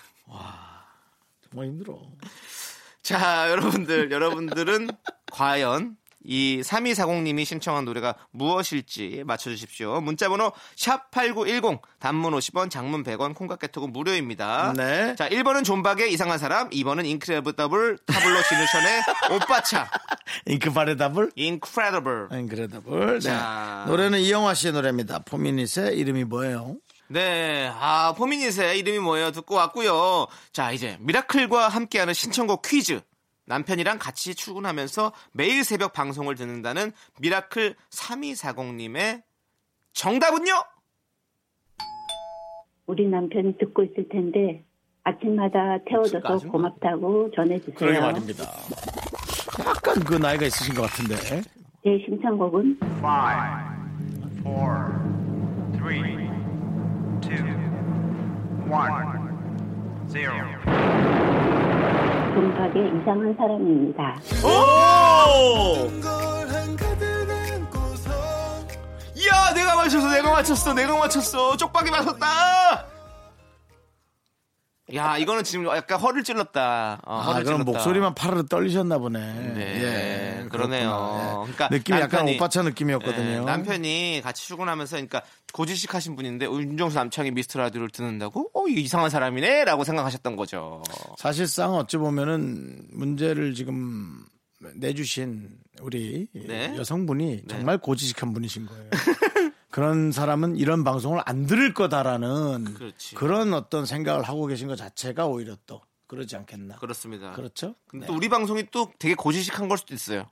Speaker 1: 정말 힘들어.
Speaker 2: 자 여러분들 여러분들은 과연 이 3240님이 신청한 노래가 무엇일지 맞춰주십시오. 문자번호 샵8910 단문 50원 장문 100원 콩깍개톡은 무료입니다.
Speaker 1: 네.
Speaker 2: 아. 자 1번은 존박의 이상한 사람 2번은 인크레더블 타블로 진우션의
Speaker 1: [LAUGHS]
Speaker 2: 오빠차
Speaker 1: 그 인크바레다블?
Speaker 2: 인크레더블
Speaker 1: 인크레더블. 네.
Speaker 2: 자.
Speaker 1: 노래는 이영화 씨의 노래입니다. 포미닛의 이름이 뭐예요?
Speaker 2: 네, 아, 포미닛의 이름이 뭐예요? 듣고 왔고요. 자, 이제 미라클과 함께하는 신청곡 퀴즈. 남편이랑 같이 출근하면서 매일 새벽 방송을 듣는다는 미라클 3240님의 정답은요?
Speaker 6: 우리 남편이 듣고 있을 텐데 아침마다 태워줘서
Speaker 2: 목소리가
Speaker 6: 고맙다고 전해주세요.
Speaker 1: 그러게 말입니다. 네. 약간 그 나이가 있으신 것 같은데.
Speaker 6: 제 신청곡은 동탁의 이상한 사람입니다.
Speaker 2: 오! 야, 내가 맞췄어, 내가 맞췄어, 내가 맞췄어. 쪽박이 맞췄다! 야, 이거는 지금 약간 허를 찔렀다. 어,
Speaker 1: 아,
Speaker 2: 허를
Speaker 1: 그럼
Speaker 2: 찔렀다.
Speaker 1: 목소리만 파르르 떨리셨나 보네.
Speaker 2: 네,
Speaker 1: 예,
Speaker 2: 그러네요.
Speaker 1: 그렇구나. 예.
Speaker 2: 그러니까
Speaker 1: 느낌이 약간
Speaker 2: 남편이-
Speaker 1: 오빠차 느낌이었거든요.
Speaker 2: 예, 남편이 같이 출근하면서 그러니까 고지식 하신 분인데 어, 윤정수 남창이 미스터 라디오를 듣는다고? 어, 이거 이상한 사람이네라고 생각하셨던 거죠.
Speaker 1: 사실상 어찌 보면은 문제를 지금 내주신 우리
Speaker 2: 네.
Speaker 1: 여성분이 정말 고지식한 분이신 거예요. [LAUGHS] 그런 사람은 이런 방송을 안 들을 거다라는
Speaker 2: 그렇지.
Speaker 1: 그런 어떤 생각을 하고 계신 것 자체가 오히려 또 그러지 않겠나.
Speaker 2: 그렇습니다.
Speaker 1: 그렇죠? 네.
Speaker 2: 근데 또 우리 방송이 또 되게 고지식한 걸 수도 있어요.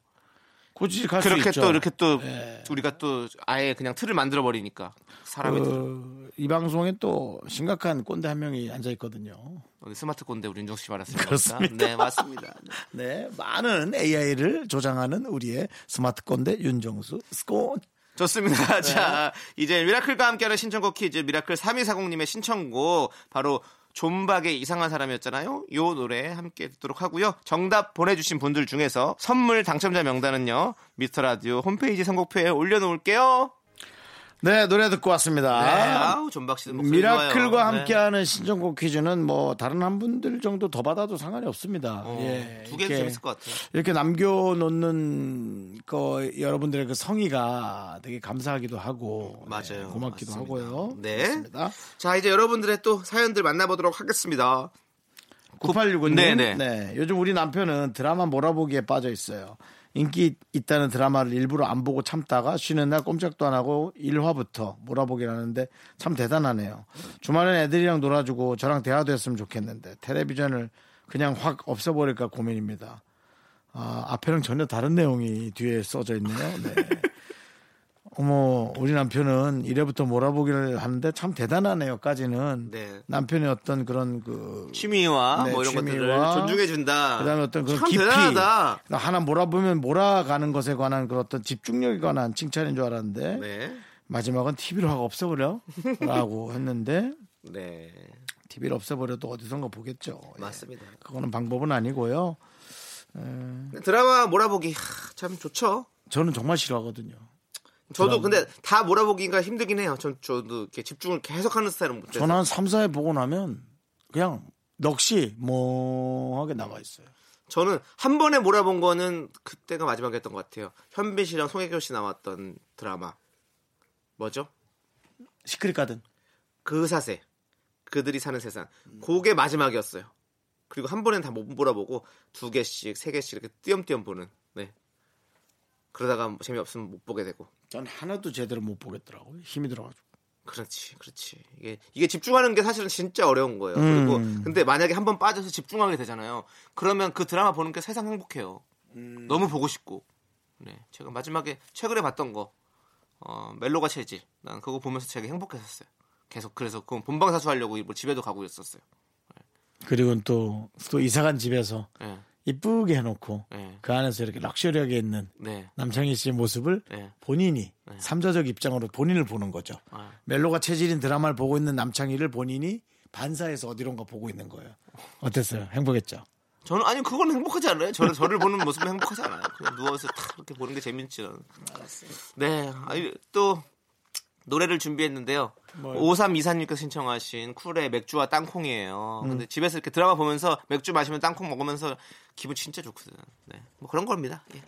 Speaker 1: 고지식할 수
Speaker 2: 그렇게
Speaker 1: 있죠.
Speaker 2: 또 이렇게 또
Speaker 1: 예.
Speaker 2: 우리가 또 아예 그냥 틀을 만들어 버리니까 사람이 들-
Speaker 1: 그, 이 방송에 또 심각한 꼰대 한 명이 앉아 있거든요.
Speaker 2: 오늘 어, 스마트 꼰대 우리 윤정수 씨 말았습니다.
Speaker 1: 그렇습니다.
Speaker 2: 네, [LAUGHS] 맞습니다.
Speaker 1: 네, 많은 AI를 조장하는 우리의 스마트 꼰대 윤정수 스콘.
Speaker 2: 좋습니다. [LAUGHS] 자,
Speaker 1: 네.
Speaker 2: 이제 미라클과 함께하는 신청곡 퀴즈 미라클 3240님의 신청곡 바로 존박의 이상한 사람이었잖아요. 요 노래 함께 듣도록 하고요. 정답 보내주신 분들 중에서 선물 당첨자 명단은요. 미스터 라디오 홈페이지 선곡표에 올려놓을게요.
Speaker 1: 네, 노래 듣고
Speaker 2: 네,
Speaker 1: 왔습니다.
Speaker 2: 아우 존박 씨도 목소리
Speaker 1: 미라클과
Speaker 2: 좋아요. 네.
Speaker 1: 함께하는 신청곡 퀴즈는 뭐 다른 한 분들 정도 더 받아도 상관이 없습니다.
Speaker 2: 네.
Speaker 1: 예,
Speaker 2: 두 개도
Speaker 1: 이렇게
Speaker 2: 재밌을 것 같아요.
Speaker 1: 이렇게 남겨놓는 거 여러분들의 그 성의가 되게 감사하기도 하고
Speaker 2: 맞아요.
Speaker 1: 네, 고맙기도
Speaker 2: 맞습니다.
Speaker 1: 하고요.
Speaker 2: 네.
Speaker 1: 그렇습니다.
Speaker 2: 자, 이제 여러분들의 또 사연들 만나보도록 하겠습니다.
Speaker 1: 9865님.
Speaker 2: 네네.
Speaker 1: 네. 요즘 우리 남편은 드라마 몰아보기에 빠져 있어요. 인기 있다는 드라마를 일부러 안 보고 참다가 쉬는 날 꼼짝도 안 하고 일화부터 몰아보기라는데 참 대단하네요. 주말엔 애들이랑 놀아주고 저랑 대화도 했으면 좋겠는데 텔레비전을 그냥 확 없애버릴까 고민입니다. 아, 앞에랑 전혀 다른 내용이 뒤에 써져 있네요.
Speaker 2: [LAUGHS]
Speaker 1: 네. 어머, 우리 남편은 이래부터 몰아보기를 하는데 참 대단하네요.까지는
Speaker 2: 네.
Speaker 1: 남편의 어떤 그런 그
Speaker 2: 취미와
Speaker 1: 네,
Speaker 2: 뭐 이런
Speaker 1: 취미와
Speaker 2: 것들을 존중해준다.
Speaker 1: 그다음에 어떤 그런
Speaker 2: 아, 참
Speaker 1: 깊이
Speaker 2: 대단하다.
Speaker 1: 하나 몰아보면 몰아가는 것에 관한 그런 어떤 집중력에 관한 칭찬인 줄 알았는데
Speaker 2: 네.
Speaker 1: 마지막은 TV로 하고 없애버려라고 [LAUGHS] 했는데
Speaker 2: 네.
Speaker 1: TV를 없애버려도 어디선가 보겠죠. 예.
Speaker 2: 맞습니다.
Speaker 1: 그거는 방법은 아니고요.
Speaker 2: 드라마 몰아보기 하, 참 좋죠.
Speaker 1: 저는 정말 싫어하거든요.
Speaker 2: 저도 근데 다 몰아보기가 힘들긴 해요. 전 저도 이렇게 집중을 계속하는 스타일은 못해서.
Speaker 1: 저는 한 3, 4회 보고 나면 그냥 넋이 멍하게 남아 있어요.
Speaker 2: 저는 한 번에 몰아본 거는 그때가 마지막이었던 것 같아요. 현빈 씨랑 송혜교 씨 나왔던 드라마 뭐죠?
Speaker 1: 시크릿가든.
Speaker 2: 그 사세 그들이 사는 세상 그게 마지막이었어요. 그리고 한 번엔 다 못 몰아보고 두 개씩 세 개씩 이렇게 띄엄띄엄 보는. 네. 그러다가 뭐 재미없으면 못 보게 되고.
Speaker 1: 전 하나도 제대로 못 보겠더라고요. 힘이 들어가지고.
Speaker 2: 그렇지, 그렇지. 이게 이게 집중하는 게 사실은 진짜 어려운 거예요. 그리고 근데 만약에 한 번 빠져서 집중하게 되잖아요. 그러면 그 드라마 보는 게 세상 행복해요. 너무 보고 싶고. 네, 제가 마지막에 최근에 봤던 거 어, 멜로가 체질. 난 그거 보면서 되게 행복했었어요. 계속 그래서 그 본방사수 하려고 뭐 집에도 가고 있었어요.
Speaker 1: 그리고 또, 또 이사간 집에서
Speaker 2: 예,
Speaker 1: 이쁘게 해놓고
Speaker 2: 네.
Speaker 1: 그 안에서 이렇게 럭셔리하게 있는
Speaker 2: 네,
Speaker 1: 남창희 씨의 모습을
Speaker 2: 네.
Speaker 1: 본인이 삼자적 입장으로 본인을 보는 거죠.
Speaker 2: 아.
Speaker 1: 멜로가 체질인 드라마를 보고 있는 남창희를 본인이 반사해서 어디론가 보고 있는 거예요. 어땠어요? 행복했죠?
Speaker 2: 저는 아니 그건 행복하지 않아요. 저는 저를 보는 모습은 행복하지 않아요. 그냥 누워서 탁 이렇게 보는 게 재밌지. 않아요. 네, 아니, 또 노래를 준비했는데요. 5324님께서 신청하신 쿨의 맥주와 땅콩이에요. 근데 집에서 이렇게 드라마 보면서 맥주 마시면 땅콩 먹으면서 기분 진짜 좋거든. 네, 뭐 그런 겁니다. 예.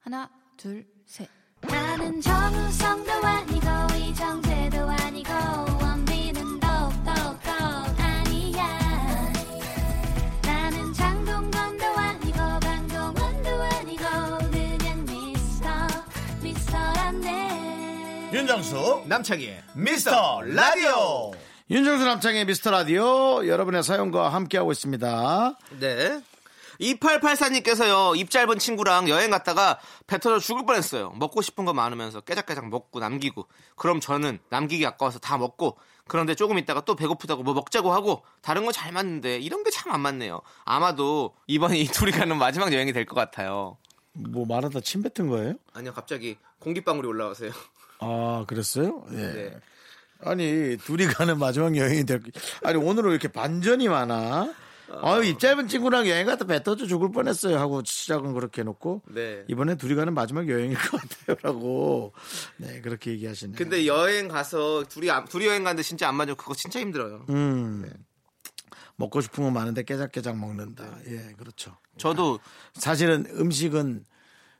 Speaker 3: 하나
Speaker 7: 둘, 셋.
Speaker 3: 나는 정우성도 아니고 이정재도 아니고 원빈은 더욱더 아니야 나는 장동건도 아니고 강동원도 아니고 그냥 미스터 미스터란데
Speaker 5: 윤정수
Speaker 2: 남창희의
Speaker 5: 미스터 라디오
Speaker 1: 윤정수 남창의 미스터 라디오 여러분의 사연과 함께하고 있습니다.
Speaker 2: 네. 2884님께서요, 입 짧은 친구랑 여행 갔다가 배 터져 죽을 뻔했어요. 먹고 싶은 거 많으면서 깨작깨작 먹고 남기고. 그럼 저는 남기기 아까워서 다 먹고. 그런데 조금 있다가 또 배고프다고 뭐 먹자고 하고. 다른 건 잘 맞는데, 이런 게 참 안 맞네요. 아마도 이번이 이 둘이 가는 마지막 여행이 될 것 같아요.
Speaker 1: 뭐 말하다 침 뱉은 거예요?
Speaker 2: 아니요, 갑자기 공기방울이 올라오세요.
Speaker 1: 아 그랬어요? 예.
Speaker 2: 네.
Speaker 1: 아니 둘이 가는 마지막 여행이 될. 아니 오늘은 왜 이렇게 반전이 많아? 아유 입 짧은 친구랑 여행 갔다 배 떠져 죽을 뻔했어요 하고 시작은 그렇게 해놓고
Speaker 2: 네.
Speaker 1: 이번에 둘이 가는 마지막 여행일 것 같아요라고 네 그렇게 얘기하시네.
Speaker 2: 근데 여행 가서 둘이, 안- 둘이 여행 가는데 진짜 안 맞으면 그거 진짜 힘들어요. 네.
Speaker 1: 음 먹고 싶은 건 많은데 깨작깨작 먹는다.
Speaker 2: 네.
Speaker 1: 예 그렇죠.
Speaker 2: 저도
Speaker 1: 사실은 음식은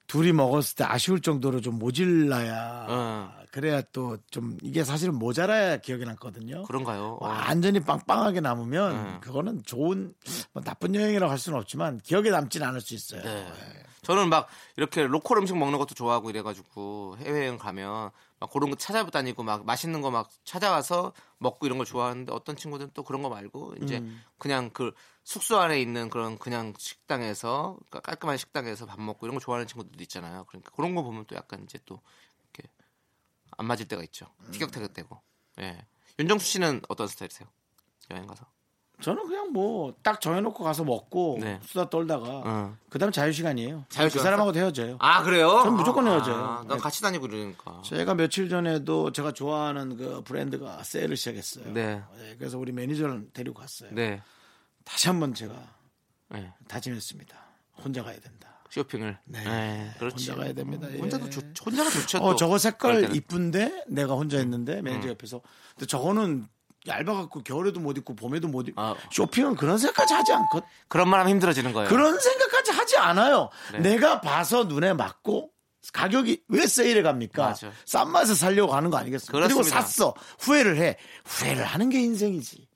Speaker 1: 둘이 먹었을 때 아쉬울 정도로 좀 모질라야
Speaker 2: 어.
Speaker 1: 그래야 또 좀 이게 사실은 모자라야 기억이 났거든요.
Speaker 2: 그런가요? 어.
Speaker 1: 완전히 빵빵하게 남으면
Speaker 2: 네.
Speaker 1: 그거는 좋은 뭐 나쁜 여행이라고 할 수는 없지만 기억에 남진 않을 수 있어요.
Speaker 2: 네.
Speaker 1: 예.
Speaker 2: 저는 막 이렇게 로컬 음식 먹는 것도 좋아하고 이래가지고 해외여행 가면 막 그런 거 찾아다니고 막 맛있는 거 막 찾아가서 먹고 이런 걸 좋아하는데 어떤 친구들은 또 그런 거 말고 이제
Speaker 1: 음.
Speaker 2: 그냥 그 숙소 안에 있는 그런 그냥 식당에서 그러니까 깔끔한 식당에서 밥 먹고 이런 거 좋아하는 친구들도 있잖아요. 그러니까 그런 거 보면 또 약간 이제 또 이렇게 안 맞을 때가 있죠.
Speaker 1: 음.
Speaker 2: 티격태격되고. 예. 윤정수 씨는 어떤 스타일이세요? 여행 가서.
Speaker 1: 저는 그냥 뭐 딱 정해놓고 가서 먹고
Speaker 2: 네.
Speaker 1: 수다 떨다가
Speaker 2: 어.
Speaker 1: 그다음 자유 시간이에요.
Speaker 2: 자유
Speaker 1: 그
Speaker 2: 시간?
Speaker 1: 사람하고도 헤어져요.
Speaker 2: 아 그래요?
Speaker 1: 전 무조건
Speaker 2: 아,
Speaker 1: 헤어져요.
Speaker 2: 아,
Speaker 1: 네.
Speaker 2: 난 같이 다니고 이러니까.
Speaker 1: 제가 며칠 전에도 제가 좋아하는 그 브랜드가 세일을 시작했어요.
Speaker 2: 네.
Speaker 1: 예, 그래서 우리 매니저를 데리고 갔어요.
Speaker 2: 네.
Speaker 1: 다시 한번 제가
Speaker 2: 네.
Speaker 1: 다짐했습니다. 혼자 가야 된다.
Speaker 2: 쇼핑을. 예,
Speaker 1: 네.
Speaker 2: 그렇지.
Speaker 1: 혼자 가야 됩니다. 예.
Speaker 2: 혼자도 좋, 혼자가 좋죠.
Speaker 1: 어
Speaker 2: 또.
Speaker 1: 저거
Speaker 2: 그럴
Speaker 1: 색깔
Speaker 2: 때는. 음.
Speaker 1: 이쁜데 내가 혼자 했는데 매니저 옆에서 근데 저거는 얇아갖고 겨울에도 못 입고 봄에도 못 입고
Speaker 2: 아.
Speaker 1: 쇼핑은 그런 생각까지 하지 않거
Speaker 2: 그런 말 하면 힘들어지는 거예요.
Speaker 1: 그런 생각까지 하지 않아요.
Speaker 2: 네.
Speaker 1: 내가 봐서 눈에 맞고 가격이 왜 세일에 갑니까?
Speaker 2: 맞아.
Speaker 1: 싼 맛에 살려고 하는 거 아니겠습니까? 그리고
Speaker 2: 그렇습니다.
Speaker 1: 샀어 후회를 해 후회를 하는 게 인생이지.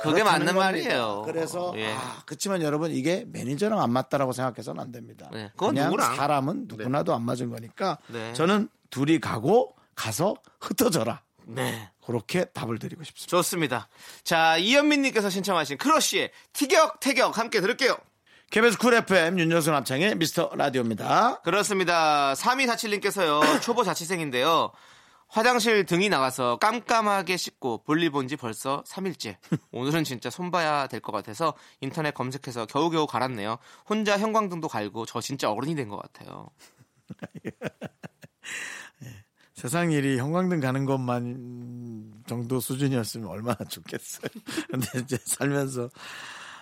Speaker 2: 그게 맞는
Speaker 1: 그렇다는
Speaker 2: 말이에요.
Speaker 1: 겁니다. 그래서
Speaker 2: 예.
Speaker 1: 아, 그렇지만 여러분 이게 매니저랑 안 맞다라고 생각해서는 안 됩니다.
Speaker 2: 네, 그건
Speaker 1: 그냥
Speaker 2: 누구나.
Speaker 1: 사람은 누구나도 안 맞은 거니까
Speaker 2: 네.
Speaker 1: 저는 둘이 가고 가서 흩어져라.
Speaker 2: 네.
Speaker 1: 그렇게 답을 드리고 싶습니다.
Speaker 2: 좋습니다. 자, 이현민님께서 신청하신 크러쉬의 티격태격 함께 들을게요.
Speaker 1: KBS 쿨 FM 윤정수 남창의 미스터 라디오입니다.
Speaker 2: 그렇습니다.
Speaker 1: [COUGHS]
Speaker 2: 3247님께서요, 초보 자취생인데요. 화장실 등이 나가서 깜깜하게 씻고 볼일 본 지 벌써 3일째. 오늘은 진짜 손봐야 될 것 같아서 인터넷 검색해서 겨우겨우 갈았네요. 혼자 형광등도 갈고 저 진짜 어른이 된 것 같아요.
Speaker 1: 세상 일이 형광등 가는 것만 정도 수준이었으면 얼마나 좋겠어요. [LAUGHS] 근데 이제 살면서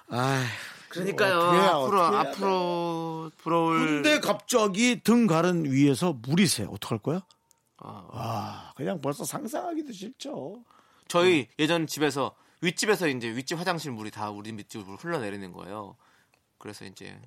Speaker 1: 아
Speaker 2: 그러니까요.
Speaker 1: 어떻게 해야,
Speaker 2: 앞으로
Speaker 1: 어떻게 해야
Speaker 2: 앞으로 부러울.
Speaker 1: 근데 그 갑자기 등 가른 위에서 물이 새. 어떡할 거야?
Speaker 2: 아.
Speaker 1: 아, 그냥 벌써 상상하기도 싫죠.
Speaker 2: 저희 예전 집에서 윗집에서 이제 윗집 화장실 물이 다 우리 밑집으로 흘러내리는 거예요. 그래서 이제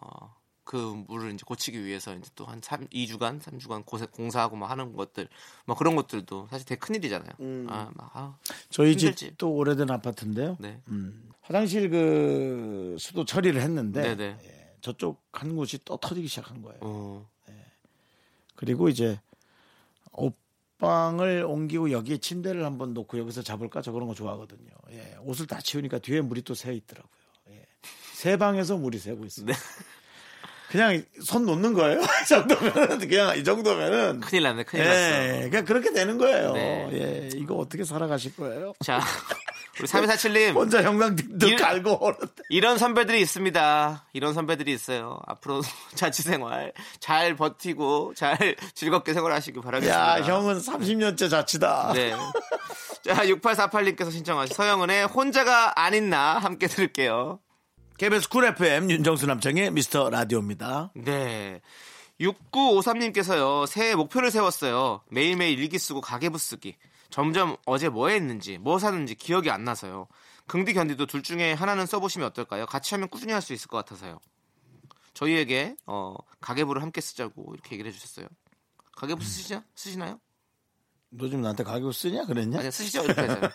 Speaker 2: 어, 그 물을 이제 고치기 위해서 이제 또 한 3, 2주간, 3주간 고세, 공사하고 막 하는 것들, 막 그런 것들도 사실 되게 큰 일이잖아요.
Speaker 1: 음.
Speaker 2: 아, 막 아,
Speaker 1: 저희
Speaker 2: 힘들지.
Speaker 1: 집도 오래된 아파트인데요.
Speaker 2: 네.
Speaker 1: 음, 화장실 그 수도 처리를 했는데
Speaker 2: 네네.
Speaker 1: 예, 저쪽 한 곳이 또 터지기 시작한 거예요.
Speaker 2: 어,
Speaker 1: 그리고 이제 옷방을 옮기고 여기에 침대를 한번 놓고 여기서 잡을까 저 그런 거 좋아하거든요. 예, 옷을 다 치우니까 뒤에 물이 또 새 있더라고요. 예. 새 방에서 물이 새고 있어요.
Speaker 2: 네.
Speaker 1: 그냥 손 놓는 거예요. [LAUGHS] 이 정도면은 그냥 이 정도면은
Speaker 2: 큰일 났네, 큰일
Speaker 1: 예,
Speaker 2: 났어.
Speaker 1: 그냥 그렇게 되는 거예요.
Speaker 2: 네.
Speaker 1: 예, 이거 어떻게 살아가실 거예요?
Speaker 2: 자, [LAUGHS] 우리 3247님.
Speaker 1: 혼자 형광등도
Speaker 2: 네. 일-
Speaker 1: 갈고 오는데.
Speaker 2: 이런 선배들이 있습니다. 이런 선배들이 있어요. 앞으로 [LAUGHS] 자취생활 잘 버티고 잘 즐겁게 생활하시길 바라겠습니다.
Speaker 1: 야, 형은 30년째 자취다.
Speaker 2: 네. 자, 6848님께서 신청하신 서영은의 혼자가 아닌 나 함께 들을게요.
Speaker 1: KBS 쿨 FM 윤정수 남창의 미스터 라디오입니다.
Speaker 2: 네. 6953님께서요, 새해 목표를 세웠어요. 매일매일 일기 쓰고 가계부 쓰기. 점점 어제 뭐 했는지, 뭐 샀는지 기억이 안 나서요. 긍디 견디도 둘 중에 하나는 써보시면 어떨까요? 같이 하면 꾸준히 할 수 있을 것 같아서요. 저희에게 어, 가계부를 함께 쓰자고 이렇게 얘기를 해주셨어요. 가계부 쓰시죠? 쓰시나요?
Speaker 1: 너 지금 나한테 가격 쓰냐 그랬냐?
Speaker 2: 아니 쓰시죠? 이렇게 하잖아요.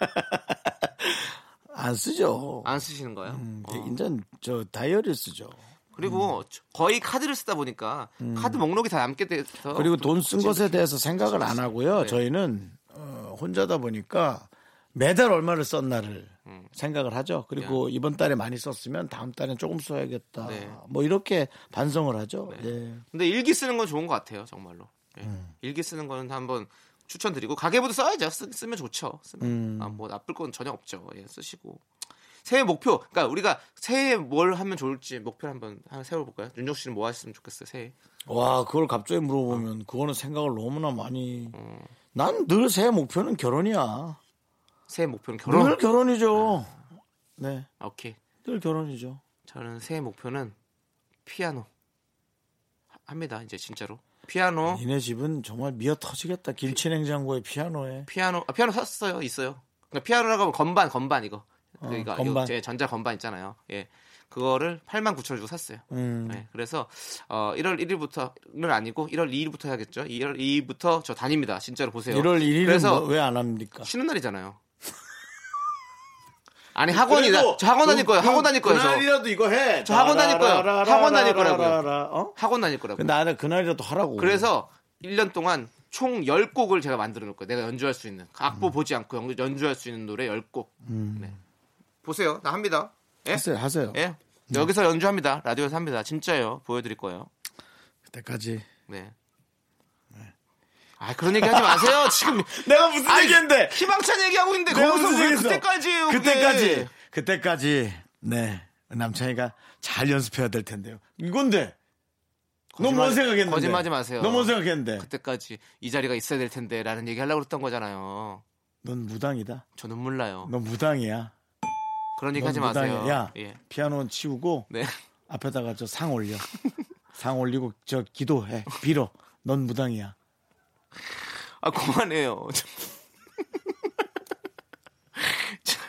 Speaker 1: 안 쓰죠.
Speaker 2: 안 쓰시는 거예요.
Speaker 1: 음,
Speaker 2: 어.
Speaker 1: 인전 저 다이어리 쓰죠. 음.
Speaker 2: 그리고 저- 거의 카드를 쓰다 보니까 카드 목록이 다 남게 돼서
Speaker 1: 그리고 돈 쓴
Speaker 2: 좀-
Speaker 1: 것에 대해서 생각을 안 하고요.
Speaker 2: 네.
Speaker 1: 저희는 어, 혼자다 보니까 매달 얼마를 썼나를 생각을 하죠. 그리고 이번 달에 많이 썼으면 다음 달엔 조금 써야겠다.
Speaker 2: 네.
Speaker 1: 뭐 이렇게 반성을 하죠. 네.
Speaker 2: 근데 일기 쓰는 건 좋은 것 같아요, 정말로. 예. 일기 쓰는 거는 한번 추천드리고 가계부도 써야죠. 쓰, 면 좋죠. 쓰면 아, 뭐 나쁠 건 전혀 없죠. 예, 쓰시고 새해 목표. 그러니까 우리가 새해 뭘 하면 좋을지 목표를 한번 하나 세워볼까요? 윤정 씨는 뭐 하셨으면 좋겠어요, 새해.
Speaker 1: 와 그걸 갑자기 물어보면 그거는 생각을 너무나 많이. 난 늘 새 목표는 결혼이야.
Speaker 2: 새해 목표는 결혼.
Speaker 1: 늘 결혼이죠. 네,
Speaker 2: 아, 오케이.
Speaker 1: 늘 결혼이죠.
Speaker 2: 저는 새해 목표는 피아노 하- 합니다. 이제 진짜로 피아노,
Speaker 1: 니네 집은 정말 미어 터지겠다. 길치 냉장고에 피아노에.
Speaker 2: 피아노, 아, 피아노 샀어요, 있어요. 그러니까 피아노라고 하면 건반, 건반 이거. 그러니까 이거
Speaker 1: 어, 건반.
Speaker 2: 제 전자 건반 있잖아요. 예, 그거를 8만 9천 원 주고 샀어요.
Speaker 1: 음.
Speaker 2: 네, 그래서 어, 1월 1일부터는 아니고 1월 2일부터 해야겠죠. 1월 2일부터 저 다닙니다. 진짜로 보세요.
Speaker 1: 1월 1일은 뭐,
Speaker 2: 그래서
Speaker 1: 왜 안 합니까?
Speaker 2: 쉬는 날이잖아요. 아니 학원이다. 저 학원 다닐 거예요. 학원 다닐 거예요. 저.
Speaker 1: 그 그날이라도 이거 해.
Speaker 2: 저 학원 다닐 거예요.
Speaker 1: 라라라라라라라.
Speaker 2: 학원 다닐 거라고요.
Speaker 1: 어?
Speaker 2: 학원 다닐 거라고.
Speaker 1: 근데 나는 그날이라도 하라고.
Speaker 2: 그래서 1년 동안 총 10곡을 제가 만들어 놓을 거예요. 내가 연주할 수 있는.
Speaker 1: 음.
Speaker 2: 악보 보지 않고 연- 연주할 수 있는 노래 10곡. 네. 보세요. 나 합니다. 예?
Speaker 1: 하세요, 하세요.
Speaker 2: 예.
Speaker 1: 음.
Speaker 2: 여기서 연주합니다. 라디오에서 합니다. 진짜요. 보여드릴 거예요.
Speaker 1: 그때까지.
Speaker 2: 네. 아 그런 얘기
Speaker 1: [LAUGHS]
Speaker 2: 하지 마세요. 지금
Speaker 1: 네. 내가 무슨
Speaker 2: 아니,
Speaker 1: 얘기인데?
Speaker 2: 희망찬 얘기하고 있는데
Speaker 1: 내가
Speaker 2: 거기서
Speaker 1: 무슨
Speaker 2: 왜
Speaker 1: 얘기했어?
Speaker 2: 그때까지예요. 그게.
Speaker 1: 그때까지. 그때까지. 네. 남창이가 잘 연습해야 될 텐데요. 이건데.
Speaker 2: 거짓말-
Speaker 1: 너뭔 생각했는데?
Speaker 2: 거짓말하지 마세요. 네.
Speaker 1: 너뭔 생각했는데?
Speaker 2: 그때까지 이 자리가 있어야 될 텐데라는 얘기 하려고 했던 거잖아요.
Speaker 1: 넌 무당이다.
Speaker 2: 저 눈물 나요.
Speaker 1: 넌 무당이야.
Speaker 2: 그런 얘기
Speaker 1: 넌
Speaker 2: 하지
Speaker 1: 무당이야.
Speaker 2: 마세요.
Speaker 1: 야,
Speaker 2: 예.
Speaker 1: 피아노는 치우고
Speaker 2: 네.
Speaker 1: 앞에다가 저 상
Speaker 2: [LAUGHS]
Speaker 1: 올려. 상 올리고 저 기도해. 빌어. 넌 무당이야.
Speaker 2: 아 그만해요. [LAUGHS] 자,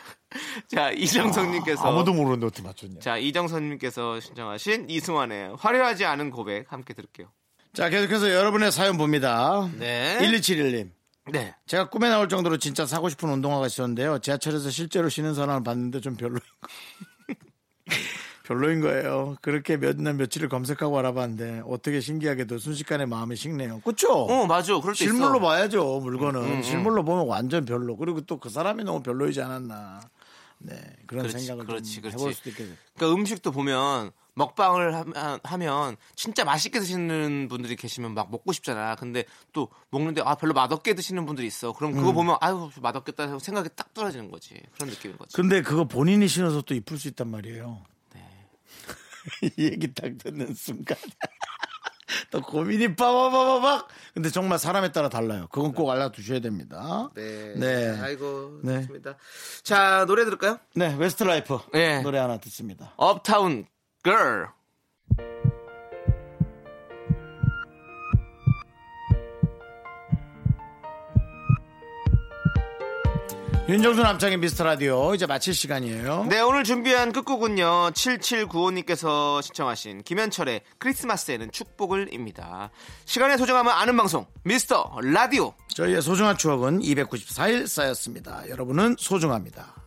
Speaker 2: 자 이정성님께서
Speaker 1: 아무도 모르는데 어떻게 맞췄냐.
Speaker 2: 자 이정성님께서 신청하신 이승환의 화려하지 않은 고백 함께 들을게요.
Speaker 1: 자, 계속해서 여러분의 사연 봅니다.
Speaker 2: 네.
Speaker 1: 1271님.
Speaker 2: 네.
Speaker 1: 제가 꿈에 나올 정도로 진짜 사고 싶은 운동화가 있었는데요. 지하철에서 실제로 신은 사람을 봤는데 좀 별로인 거. [LAUGHS] 별로인 거예요. 그렇게 몇 날 며칠을 검색하고 알아봤는데 어떻게 신기하게도 순식간에 마음이 식네요. 그쵸?
Speaker 2: 어 맞아. 그럴 때
Speaker 1: 실물로
Speaker 2: 있어.
Speaker 1: 봐야죠 물건은 실물로 보면 완전 별로 그리고 또 그 사람이 너무 별로이지 않았나 네 그런
Speaker 2: 그렇지,
Speaker 1: 생각을 좀
Speaker 2: 그렇지, 그렇지.
Speaker 1: 해볼 수도 있겠네요
Speaker 2: 그러니까 음식도 보면 먹방을 하면, 하면 진짜 맛있게 드시는 분들이 계시면 막 먹고 싶잖아. 근데 또 먹는데 아 별로 맛없게 드시는 분들이 있어. 그럼
Speaker 1: 음.
Speaker 2: 그거 보면 아유 맛없겠다 해서 생각이 딱 떨어지는 거지. 그런 느낌인 거지.
Speaker 1: 근데 그거 본인이 신어서 또 입을 수 있단 말이에요 네. [LAUGHS] 이 얘기 딱 듣는 순간 [LAUGHS] 또 고민이 빠바바바박 근데 정말 사람에 따라 달라요 그건 꼭 알아두셔야 됩니다
Speaker 2: 네.
Speaker 1: 네.
Speaker 2: 아이고
Speaker 1: 네.
Speaker 2: 좋습니다. 자 노래 들을까요?
Speaker 1: 네 웨스트라이프
Speaker 2: 네.
Speaker 1: 노래 하나 듣습니다
Speaker 2: 업타운 걸.
Speaker 1: 윤정수 남창의 미스터라디오 이제 마칠 시간이에요
Speaker 2: 네 오늘 준비한 끝곡은요 7795님께서 신청하신 김현철의 크리스마스에는 축복을입니다. 시간의 소중함을 아는 방송 미스터 라디오.
Speaker 1: 저희의 소중한 추억은 294일 쌓였습니다 여러분은 소중합니다